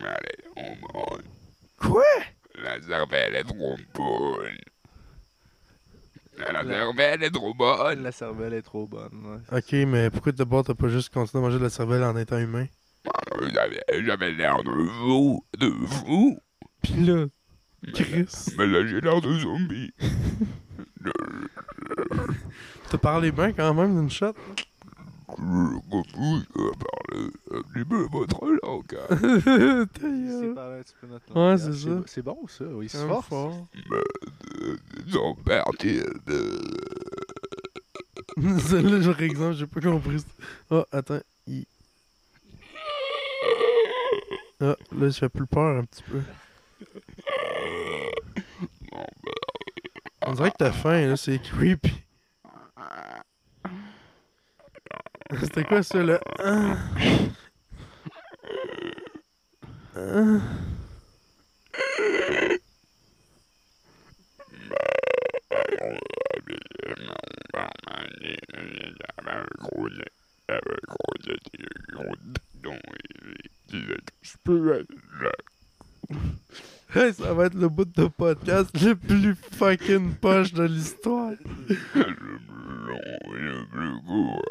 D: Allez, on mange.
B: Quoi?
D: La cervelle est trop bonne. La cervelle est trop bonne.
C: La cervelle est trop bonne. ouais.
B: Ok, mais pourquoi d'abord t'as pas juste continué à manger de la cervelle en étant humain?
D: J'avais- J'avais l'air de vous, de vous.
B: Pis là, Chris,
D: Mais là, j'ai l'air de zombie.
B: t'as parlé bien quand même d'une shot.
D: Je refuse de parler un petit peu votre langue.
B: Ta
C: C'est
B: gueule.
C: parler un petit peu notre
B: hein. Ouais,
C: langage.
B: c'est ça.
C: bon- C'est bon, ça. Oui,
B: Quand
C: c'est
B: même
C: fort.
B: fort.
D: Ils sont partis de...
B: Celle-là, genre exemple, j'ai pas compris. Oh, attends. il- Ah, là, ça fait plus peur un petit peu. On dirait que t'as faim, là, c'est creepy. C'était quoi ça, là? Ah. Ah.
D: Je peux être là.
B: Hey, ça va être le bout de podcast le plus fucking poche de l'histoire.
D: Le plus goût.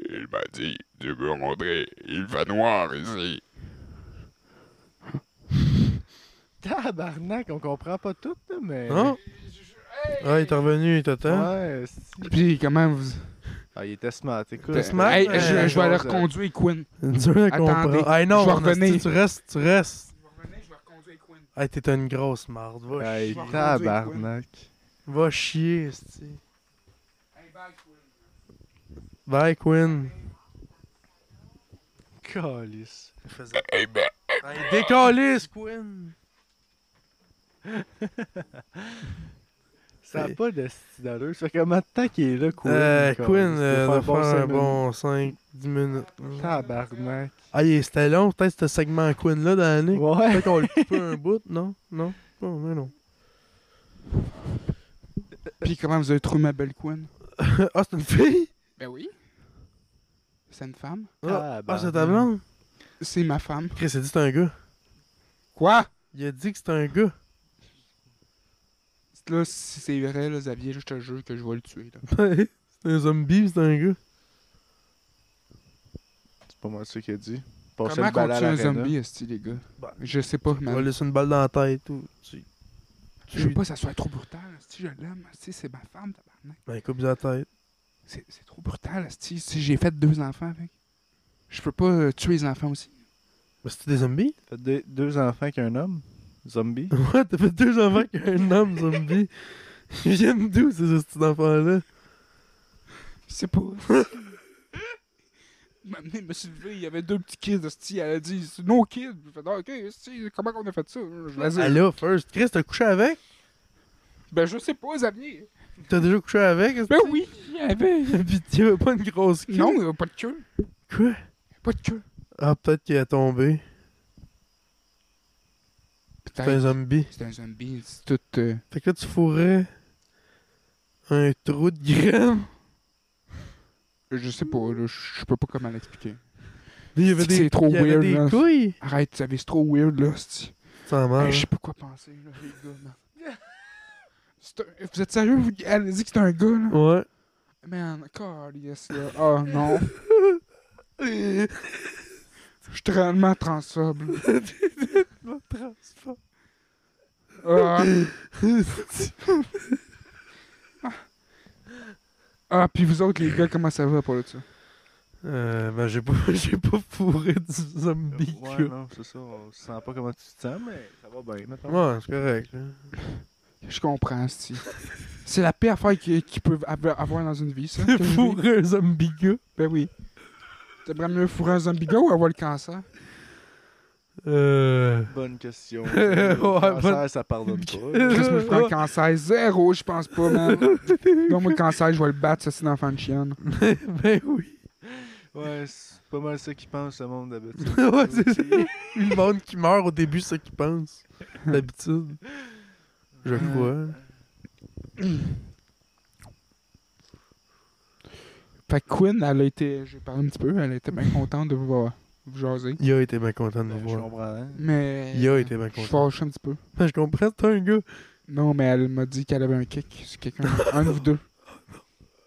D: Il m'a dit, tu peux rentrer, il fait noir ici.
C: Tabarnak, on comprend pas tout, là, mais.
B: Non? hein. Ah, il est revenu, t'attends.
C: Ouais, c'est-
A: Puis comment vous.
C: Ah, il était smart, écoute.
B: T'es smart,
A: Hey,
B: mais-
A: je, je vais aller
C: le
A: reconduire Quinn.
B: Dur à
A: Attendez,
B: comprendre. Hey, non,
A: je vais
B: en esti,
A: revenir.
B: tu restes, tu restes.
A: Je vais reconduire Quinn.
B: Hey, t'es une grosse marde. Va,
C: Hey,
B: chier.
A: reconduire,
C: tabarnak.
B: Va chier, esti. Bye, Quinn.
C: Calice.
D: Eh ben,
B: Hey, décalisse, Quinn.
C: Ça a pas de style d'allure. Ça fait combien de temps qu'il est là, Quinn?
B: Euh,
C: Calice?
B: Quinn,
C: Il
B: euh,
C: faut
B: va
C: bon
B: faire un
C: cinq
B: bon 5-10 minutes.
C: minutes. Tabarnak.
B: Ah, il- c'était long, peut-être, ce segment Quinn-là, dans l'année.
C: Ouais.
B: Peut-être qu'on le coupe un bout, non? Non? Non, mais non.
A: Puis comment vous avez trouvé ma belle Quinn
B: ah, c'est une fille?
A: Ben oui. C'est une femme?
B: Ah,
C: ben,
B: c'est ta blonde?
A: C'est ma femme.
B: Chris a dit que c'est un gars.
A: Quoi?
B: Il a dit que c'est un gars.
A: Là, si c'est vrai, là, Xavier, je te jure que je vais le tuer. Là.
B: c'est un zombie, c'est un gars.
C: C'est pas moi ça qu'il a dit. Passer
A: Comment
C: le
A: qu'on
C: bal à hein.
A: tue un
C: l'arena.
A: zombie, esti, les gars?
B: Bah,
A: je sais pas,
B: Il va
A: man.
B: laisser une balle dans la tête. Ou... Tu...
A: Je veux pas que ça soit trop brutal, esti, je l'aime, esti, c'est ma femme, tabarnak.
B: Ben, coupe la tête.
A: C'est c'est trop brutal, esti, si j'ai fait deux enfants avec. Je peux pas euh, tuer les enfants aussi.
B: Ben, c'est des zombies?
C: Fait deux, deux enfants qu'un homme. Zombie.
B: Ouais, t'as fait deux enfants qu'un homme zombie. Ils viennent d'où, ces petits enfants-là?
A: Je sais pas. M'amener, me suis levé, il y avait deux petits kids, esti, elle a dit, c'est nos kids. J'ai fait, ah, ok, esti, comment on a fait ça? Je l'ai dit,
B: Allô, first. Chris, t'as couché avec?
A: ben je sais pas, Xavier.
B: T'as déjà couché avec? est-ce
A: Ben
B: que-
A: oui, il y avait.
B: Puis tu avait pas une grosse queue?
A: Non, il y a pas de queue,
B: Quoi?
A: pas de queue.
B: Ah, peut-être qu'il est tombé. C'est un
A: Putain,
B: zombie.
A: c'est un zombie, c'est tout... euh,
B: Fait que là, tu fourrais un trou de graines.
A: Je sais pas, là, je je peux pas comment l'expliquer.
B: Il y avait
A: C'est que c'est
B: des,
A: trop
B: il y avait
A: weird,
B: des
A: là.
B: couilles.
A: Arrête, ça c'est trop weird, là, c'ti.
B: Ça
A: Hey,
B: marche.
A: je sais pas quoi penser, là, les gars, man. C'est un- Vous êtes sérieux? Vous... Elle dit que c'est un gars, là?
B: Ouais.
A: Man, God, yes, là. Oh, non. Je suis tellement transforme. Ah, ah, puis vous autres, les gars, comment ça va pour le ça?
B: Euh, ben, j'ai pas, j'ai pas fourré du zombie
C: Ouais,
B: queue.
C: non, c'est ça. On sent pas comment tu te sens, mais ça va bien. mettons.
B: Ouais, c'est correct. là.
A: Je comprends, c'ti. C'est la pire affaire qu'ils qu'ils peuvent av- avoir dans une vie, ça. que je vis.
B: Fourrer un zombie queue.
A: Ben oui. T'aimerais mieux fourrer un zombigo ou avoir le cancer?
B: Euh.
C: Bonne question.
B: Ouais,
C: Le cancer,
B: bonne-
C: ça pardonne pas.
A: Chris, moi, je prends
B: Ouais.
A: le cancer. Zéro, je pense pas, man. Non, moi, le cancer, je vais le battre, ça, c'est l'enfant de chienne.
B: ben oui.
C: ouais, c'est pas mal ça qu'ils pensent, le monde d'habitude. Ben,
B: ouais, c'est ça. Le monde qui meurt au début, c'est ce qu'il pense. D'habitude. Je crois.
A: Fait que Quinn, elle a été. J'ai parlé un petit peu, elle était bien contente de vous, voir- vous jaser.
B: Il a été bien content de nous
C: Ben, Je
B: voir.
C: comprends. hein.
A: Mais.
B: Il a été bien
A: Je suis
B: content.
A: fâché un petit peu.
B: Ben, je comprends, c'est un gars.
A: Non, mais elle m'a dit qu'elle avait un kick sur quelqu'un. un de vous deux.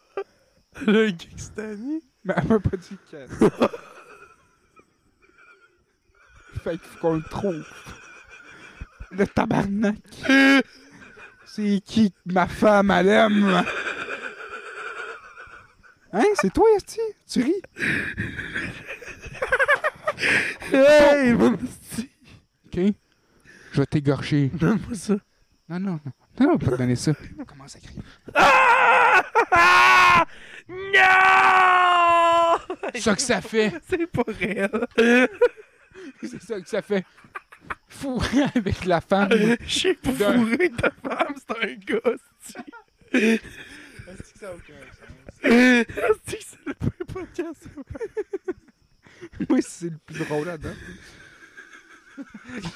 B: Le Kikstani.
A: Mais elle m'a pas dit qu'elle. fait qu'il faut qu'on le trouve. Le tabarnak. C'est qui que ma femme, elle aime? Hein, c'est toi, Esti? Tu ris?
B: Hey, mon esti.
A: Ok. Je vais t'égorger.
B: Donne-moi ça.
A: Non, non, non. Non, non, pas te donner ça. Comment ça crie?
B: Ah! Non!
A: ça que ça fait.
B: C'est pas réel.
A: C'est ça que ça fait. Fourré avec la femme.
B: Je suis pas
A: D'un-
B: fourré ta femme, c'est un gars, c'est-tu.
C: Est-ce que ça a aucun sens?
B: C'est-tu que c'est le pire podcast. ça?
A: Moi, c'est le plus drôle là-dedans.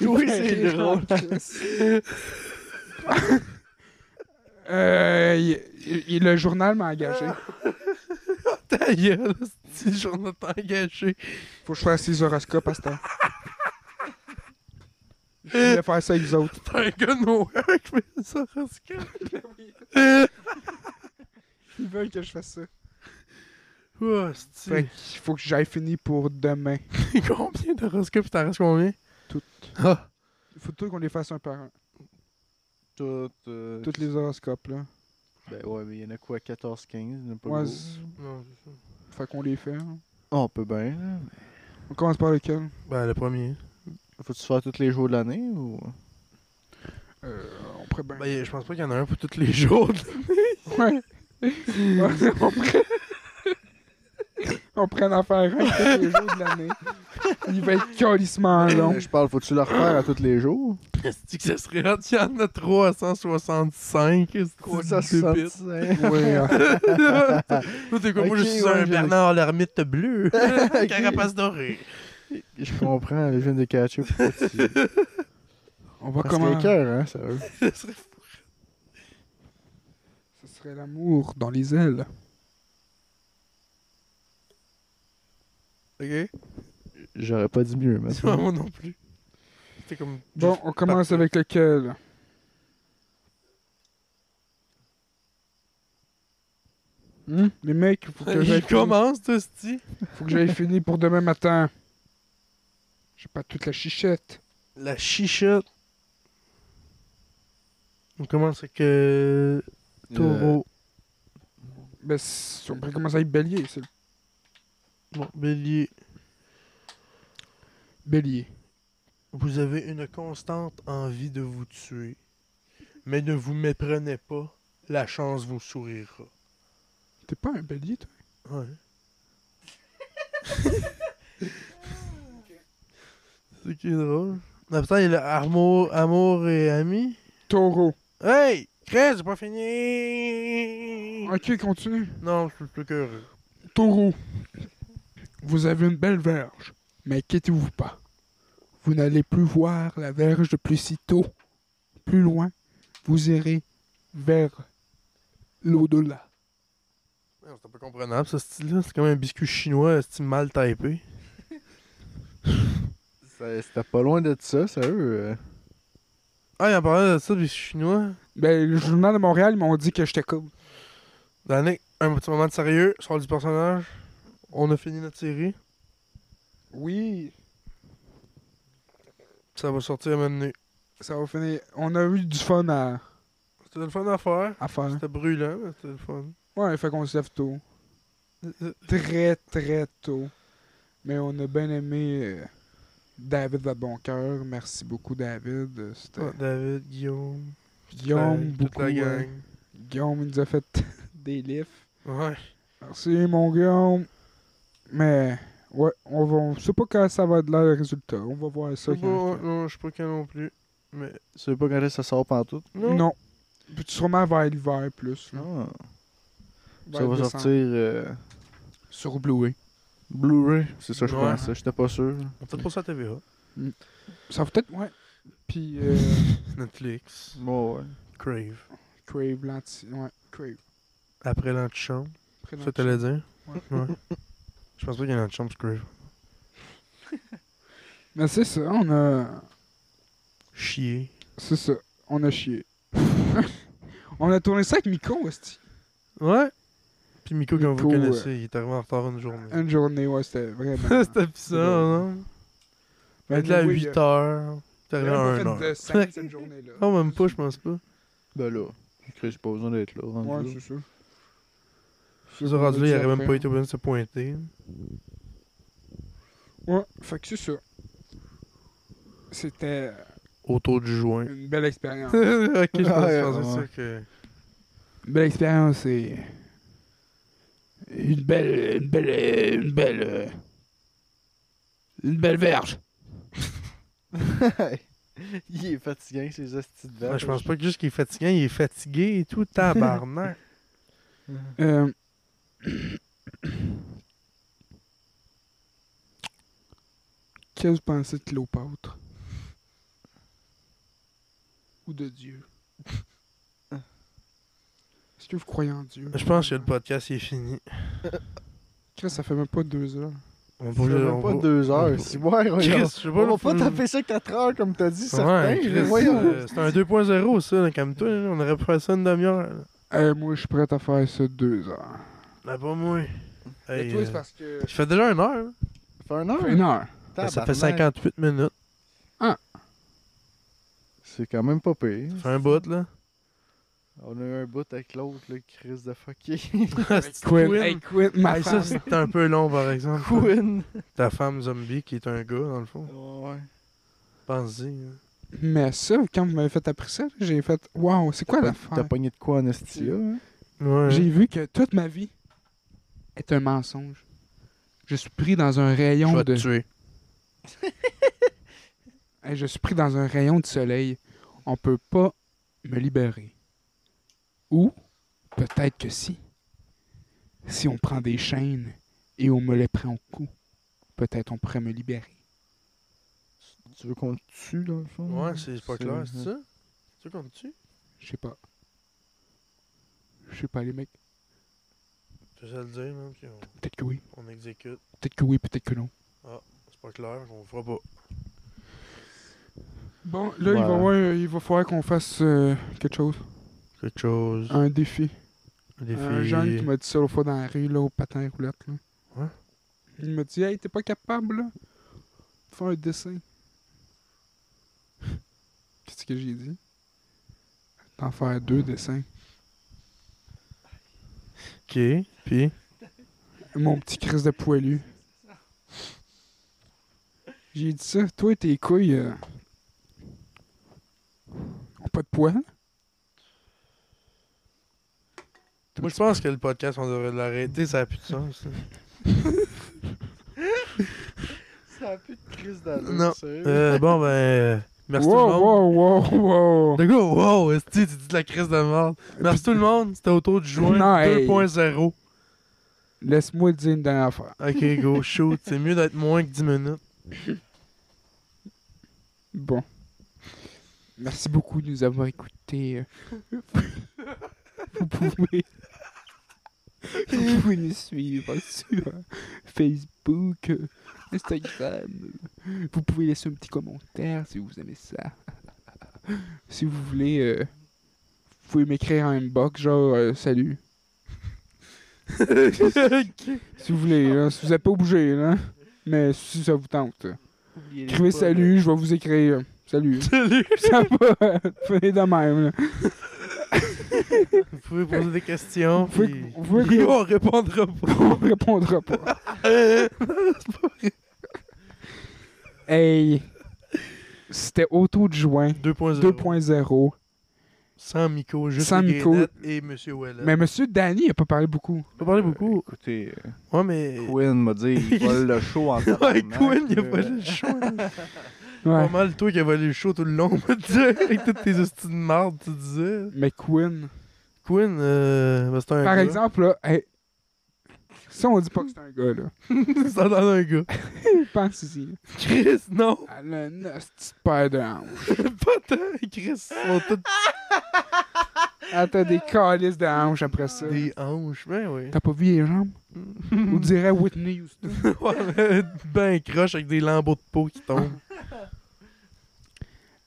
C: Oui, c'est drôle.
A: Euh, il- il- le journal m'a engagé.
B: Ta gueule, c'est Jonathan Gâché.
A: Faut que je fasse les horoscopes à ce temps. Je voulais faire ça avec les autres.
B: C'est un gars nowhere qui fait ça, Rascal.
A: Ils veulent que je fasse ça.
B: Oh,
A: Fait
B: c'est-tu.
A: qu'il faut que j'aille finir pour demain.
B: Combien d'horoscopes t'en restes combien?
A: Toutes.
B: Ah,
A: Il faut tout qu'on les fasse un par un.
C: Tout, euh,
A: Tous les horoscopes, là.
C: Ben ouais, mais il y en a quoi, 14, 15? il y en a pas
A: Ouais,
C: gros. Ah,
A: c'est-
B: non.
A: fait qu'on les fait. hein.
C: on peut bien. là.
A: On commence par lequel?
B: Ben, le premier.
C: Faut-tu faire tous les jours de l'année ou.
A: Euh, on pourrait bien.
B: Ben, je pense pas qu'il y en a un pour tous les jours.
A: Ouais. on prend... on prend en faire un tous les jours de l'année. Il va être calissement
B: Ah,
A: long.
C: Euh, Je parle, faut-tu le refaire à tous les jours?
B: Est-ce que ça serait hot? Il y en a 365. est-ce que
C: Quoi,
B: c'est
C: ça hein?
B: une bébite?
C: se
A: Ouais, euh,
B: Toi, t'es comme moi, je
C: Ok,
B: suis
C: ouais,
B: un
C: je-
B: Bernard l'ermite bleu. Carapace dorée.
C: Je comprends, là, je viens de catcher. pourquoi tu-
A: on va
C: Parce que les
A: commencer.
C: cœurs, hein, sérieux.
A: Ce serait l'amour dans les ailes. OK?
C: J'aurais pas dit mieux, mais.
B: Non, moi non plus. C'était comme.
A: Bon, on commence avec lequel? Hmm? Les mecs, faut que j'aille
B: Il
A: finir,
B: commence, toi, c'ti.
A: faut que j'aille finir pour demain matin. J'ai pas toute la chichette.
B: La chichotte. On commence avec. euh, Taureau.
A: Ben, si on pourrait commencer avec Bélier, c'est le
B: Bon, bélier.
A: Bélier.
B: Vous avez une constante envie de vous tuer. Mais ne vous méprenez pas, la chance vous sourira.
A: T'es pas un bélier, toi?
B: Ouais. C'est qui est drôle. En même temps, il a amour, amour et ami.
A: Taureau.
B: Hey! Chris, j'ai pas fini!
A: Ok, continue.
B: Non, je suis plus curieux.
A: Taureau, vous avez une belle verge, mais inquiétez-vous pas. Vous n'allez plus voir la verge de plus si tôt. Plus loin, vous irez vers l'au-delà.
B: Ouais, C'est un peu comprenable, ce style-là. C'est comme un biscuit chinois, un style mal typé.
C: Ça- C'était pas loin de ça, sérieux. euh.
B: Ah, il en parlait de ça, biscuit chinois.
A: Ben, le journal de Montréal, ils m'ont dit que j'étais cool.
B: Danick, un petit moment de sérieux sur du personnage. On a fini notre série.
A: Oui,
B: Ça va sortir à mener.
A: ça va finir. On a eu du fun à,
B: C'était le fun à faire.
A: à faire.
B: C'était brûlant, mais c'était le fun.
A: Ouais, fait qu'on se lève tôt. Très, très tôt. Mais on a bien aimé euh, David à bon cœur. Merci beaucoup, David. Euh, C'était
B: Ouais, David, Guillaume,
A: Guillaume,
B: Frank, toute
A: beaucoup.
B: la
A: euh,
B: gang.
A: Guillaume, il nous a fait des lifts.
B: Ouais.
A: Merci, mon Guillaume. Mais, ouais, on va. On sait pas quand ça va de là le résultat. On va voir
B: Je
A: ça.
B: sais pas,
A: quand-
B: ouais, non, je suis pas quand non plus. Mais
C: Tu sais pas quand est-ce que ça sort pantoute?
B: non.
A: Non. Puis sûrement vers l'hiver plus. là.
C: Non.
A: Vers
C: Ah. Ça va
A: décembre.
C: sortir euh,
A: Sur Blu-ray.
C: Blu-ray, c'est ça, je
B: Ouais.
C: pense. ça. J'étais pas sûr.
B: On peut pour ça à TVA.
A: Ça va peut-être, ouais. Puis, euh,
B: Netflix.
C: Bon, ouais.
B: Crave.
A: Crave, l'anti. Ouais, Crave.
B: Après l'antichambre.
A: Après
B: Ça
A: l'anti-
B: t'allais dire?
A: Ouais.
B: Ouais. Je pense pas qu'il y a l'antichambre sur Crave.
A: Mais c'est ça, on a.
B: Chier.
A: C'est ça, on a chié. on a tourné ça avec Miko, aussi.
B: Ouais. Puis Miko, comme vous
A: Miko,
B: connaissez, il est arrivé en retard une journée.
A: Une journée, ouais, c'était vraiment.
B: C'était bizarre, non? Il était là à
A: Oui,
B: 8
A: euh,
B: heures. T'es
A: on
B: arrivé
A: a
B: à
A: fait
B: 1
A: de
B: heure.
A: scène cette journée-là.
B: Non, même pas, je pense pas.
C: Ben là, Chris, j'ai pas besoin d'être là. rendu
A: Ouais,
C: là.
A: c'est ça.
B: Je suis rendu là, il aurait même pas été obligé de se pointer.
A: Ouais, fait que c'est ça. C'était euh,
B: Autour du joint.
A: une belle expérience.
B: ok,
A: Ah,
B: je pense je pensais ça
C: Ouais, ouais.
B: que.
A: Une belle expérience et. Une belle. Une belle. Une belle. euh, Une belle verge.
C: il est fatiguant, ces hosties de
B: Ouais,
C: vache.
B: Ben, je pense pas que juste qu'il est fatiguant, il est fatigué et tout, tabarnak.
A: Euh, Qu'est-ce que vous pensez de Cléopâtre Ou de Dieu Est-ce que vous croyez en Dieu
B: je pense que le podcast il est fini.
A: Chris, ça fait même pas deux heures.
B: On
C: Ça
B: va-
C: fait
B: on
C: même pas
B: va-
C: deux
B: on va-
C: heures. Si, ouais,
B: Chris, je
C: regarde.
B: sais pas.
C: On va
B: faut-
C: pas taper ça 4 heures comme t'as dit, certain.
B: Ouais,
C: mais
B: Chris,
C: voyons.
B: euh, c'est un 2.0 ça, là, comme toi, là, on aurait pu faire ça une demi-heure. là.
A: Euh, moi, je suis prêt à faire ça deux heures.
B: Ah, pas moi.
A: Et
B: Hey,
A: toi,
B: euh, Ah!
A: c'est parce que.
B: Ça fait déjà une heure. là.
C: Ça fait une heure.
A: Une heure.
B: Ça fait
C: Tabarnak.
B: 58 minutes.
C: C'est quand même pas pire.
B: Ça fait un bout, là.
C: On a eu un bout avec l'autre, le Chris de fucké.
B: C'est
A: Quinn.
B: Quinn.
A: Hey, Quinn, ma
B: Hey,
A: femme.
B: ça, c'était un peu long, par exemple.
C: Quinn.
B: Ta femme zombie qui est un gars, dans le fond.
C: Ouais.
B: Pensez.
A: Mais ça, quand vous m'avez fait appris ça, j'ai fait Waouh, c'est quoi
C: T'as-
A: la
C: T'as
A: fin
C: pogné de quoi en esti, là? hein?
B: Ouais.
A: J'ai vu que toute ma vie est un mensonge. Je suis pris dans un
B: Je
A: rayon
B: vais
A: de.
B: te tuer.
A: Hey, je suis pris dans un rayon de soleil. On peut pas me libérer. Ou peut-être que si. Si on prend des chaînes et on me les prend au cou, peut-être on pourrait me libérer.
C: Tu veux qu'on te tue, dans le fond?
B: Ouais, c'est pas clair, c'est ça? Tu veux qu'on te tue?
A: Je sais pas. Je sais pas les mecs.
B: C'est ça le dire, même, puis on,
A: Peut-être que oui.
B: on exécute.
A: Peut-être que oui, peut-être que non.
B: C'est pas clair, on le fera pas.
A: Bon, là, il, va
C: Voilà.
A: avoir- il va falloir qu'on fasse euh, quelque chose.
B: Quelque chose.
A: Un défi.
B: Des
A: Un jeune qui m'a dit ça l'autre fois dans la rue, là, au patin roulette. Là.
B: Ouais.
A: Il m'a dit, hey, t'es pas capable, là, de faire un dessin. Qu'est-ce que j'ai dit? D'en faire deux dessins.
B: Ok, puis.
A: Mon petit Chris de poilu. J'ai dit ça, toi et tes couilles. euh, ont pas de poils? hein?
B: Moi, je pense que le podcast, on devrait l'arrêter, ça a plus de sens. là.
C: Ça a plus de crise d'allure,
B: Non.
C: sérieux.
B: Euh, bon, ben. Merci
A: wow,
B: tout le
A: Wow,
B: monde.
A: wow, wow.
B: Le gars, wow, esti, tu dis de la crise de merde. Merci tout le monde, c'était autour du juin
A: Euh, Non, hey.
B: 2.0.
A: Laisse-moi dire une dernière affaire.
B: Ok, go, shoot. C'est mieux d'être moins que 10 minutes.
A: Bon. Merci beaucoup de nous avoir écoutés. euh. Vous pouvez... Vous pouvez nous suivre sur euh, Facebook, euh, Instagram. Vous pouvez laisser un petit commentaire si vous aimez ça. Si vous voulez, euh, vous pouvez m'écrire en inbox, genre euh, salut. Si vous voulez, là, si vous n'êtes pas obligé, là. Mais si ça vous tente.
C: Oubliez-les
A: Écrivez
C: pas,
A: salut, je vais vous écrire. Salut.
B: Salut.
A: ça va. Venez de même. Là.
B: Vous pouvez poser des questions.
A: Vous
B: puis-
A: pouvez- vous pouvez-
B: on répondra pas.
A: On répondra pas. Hey. C'était auto de juin
B: 2.0.
A: 2.0.
B: Sans Miko, juste
A: Sans
B: Sans
A: Miko.
B: et Monsieur Ouellet.
A: Mais monsieur Danny, il a pas parlé beaucoup.
B: On parlait beaucoup.
C: Écoutez, euh,
B: Ouais, mais.
C: Quinn m'a dit, il vole le show en
B: Ouais,
C: tabarnak, euh.
B: Quinn, il a
C: là.
B: volé le show. Pas
A: Ouais.
B: mal, toi qui as volé le show tout le long, on va te dire, avec toutes tes hosties de marde, tu disais.
A: Mais Quinn.
B: Quinn, euh, ben, c'est un
A: Par
B: gars.
A: exemple, là, hey, si on dit pas que c'est un gars, là,
B: ça donne un gars.
A: pense-y. là.
B: Chris, non.
A: Elle a une petite paire de hanches.
B: Pas tant. Chris, ils sont toutes
A: Elle t'a des calices de hanches après ça.
B: des hanches. Ben oui.
A: T'as pas vu les jambes? On dirait Whitney Houston.
B: Ouais, mais ben croche avec des lambeaux de peau qui tombent.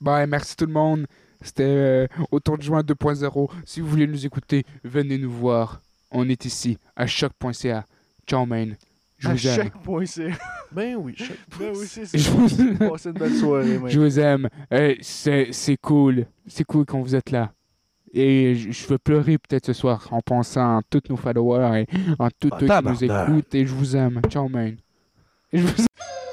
A: Bye, merci tout le monde. C'était euh, autour de juin 2.0. Si vous voulez nous écouter, venez nous voir. On est ici à choc.ca. Ciao, man. Je
C: À
A: vous aime.
C: chaque point, c'est.
B: Ben oui, chaque
C: Ben oui, c'est ça.
A: Je vous,
C: Passez une belle soirée, mec.
A: je vous aime. Hey, c'est c'est cool. C'est cool quand vous êtes là. Et je- je veux pleurer peut-être ce soir en pensant à tous nos followers et en tous
B: Ah,
A: ceux qui nous
B: tabarnak.
A: écoutent. Et je vous aime. Ciao, man. Et je vous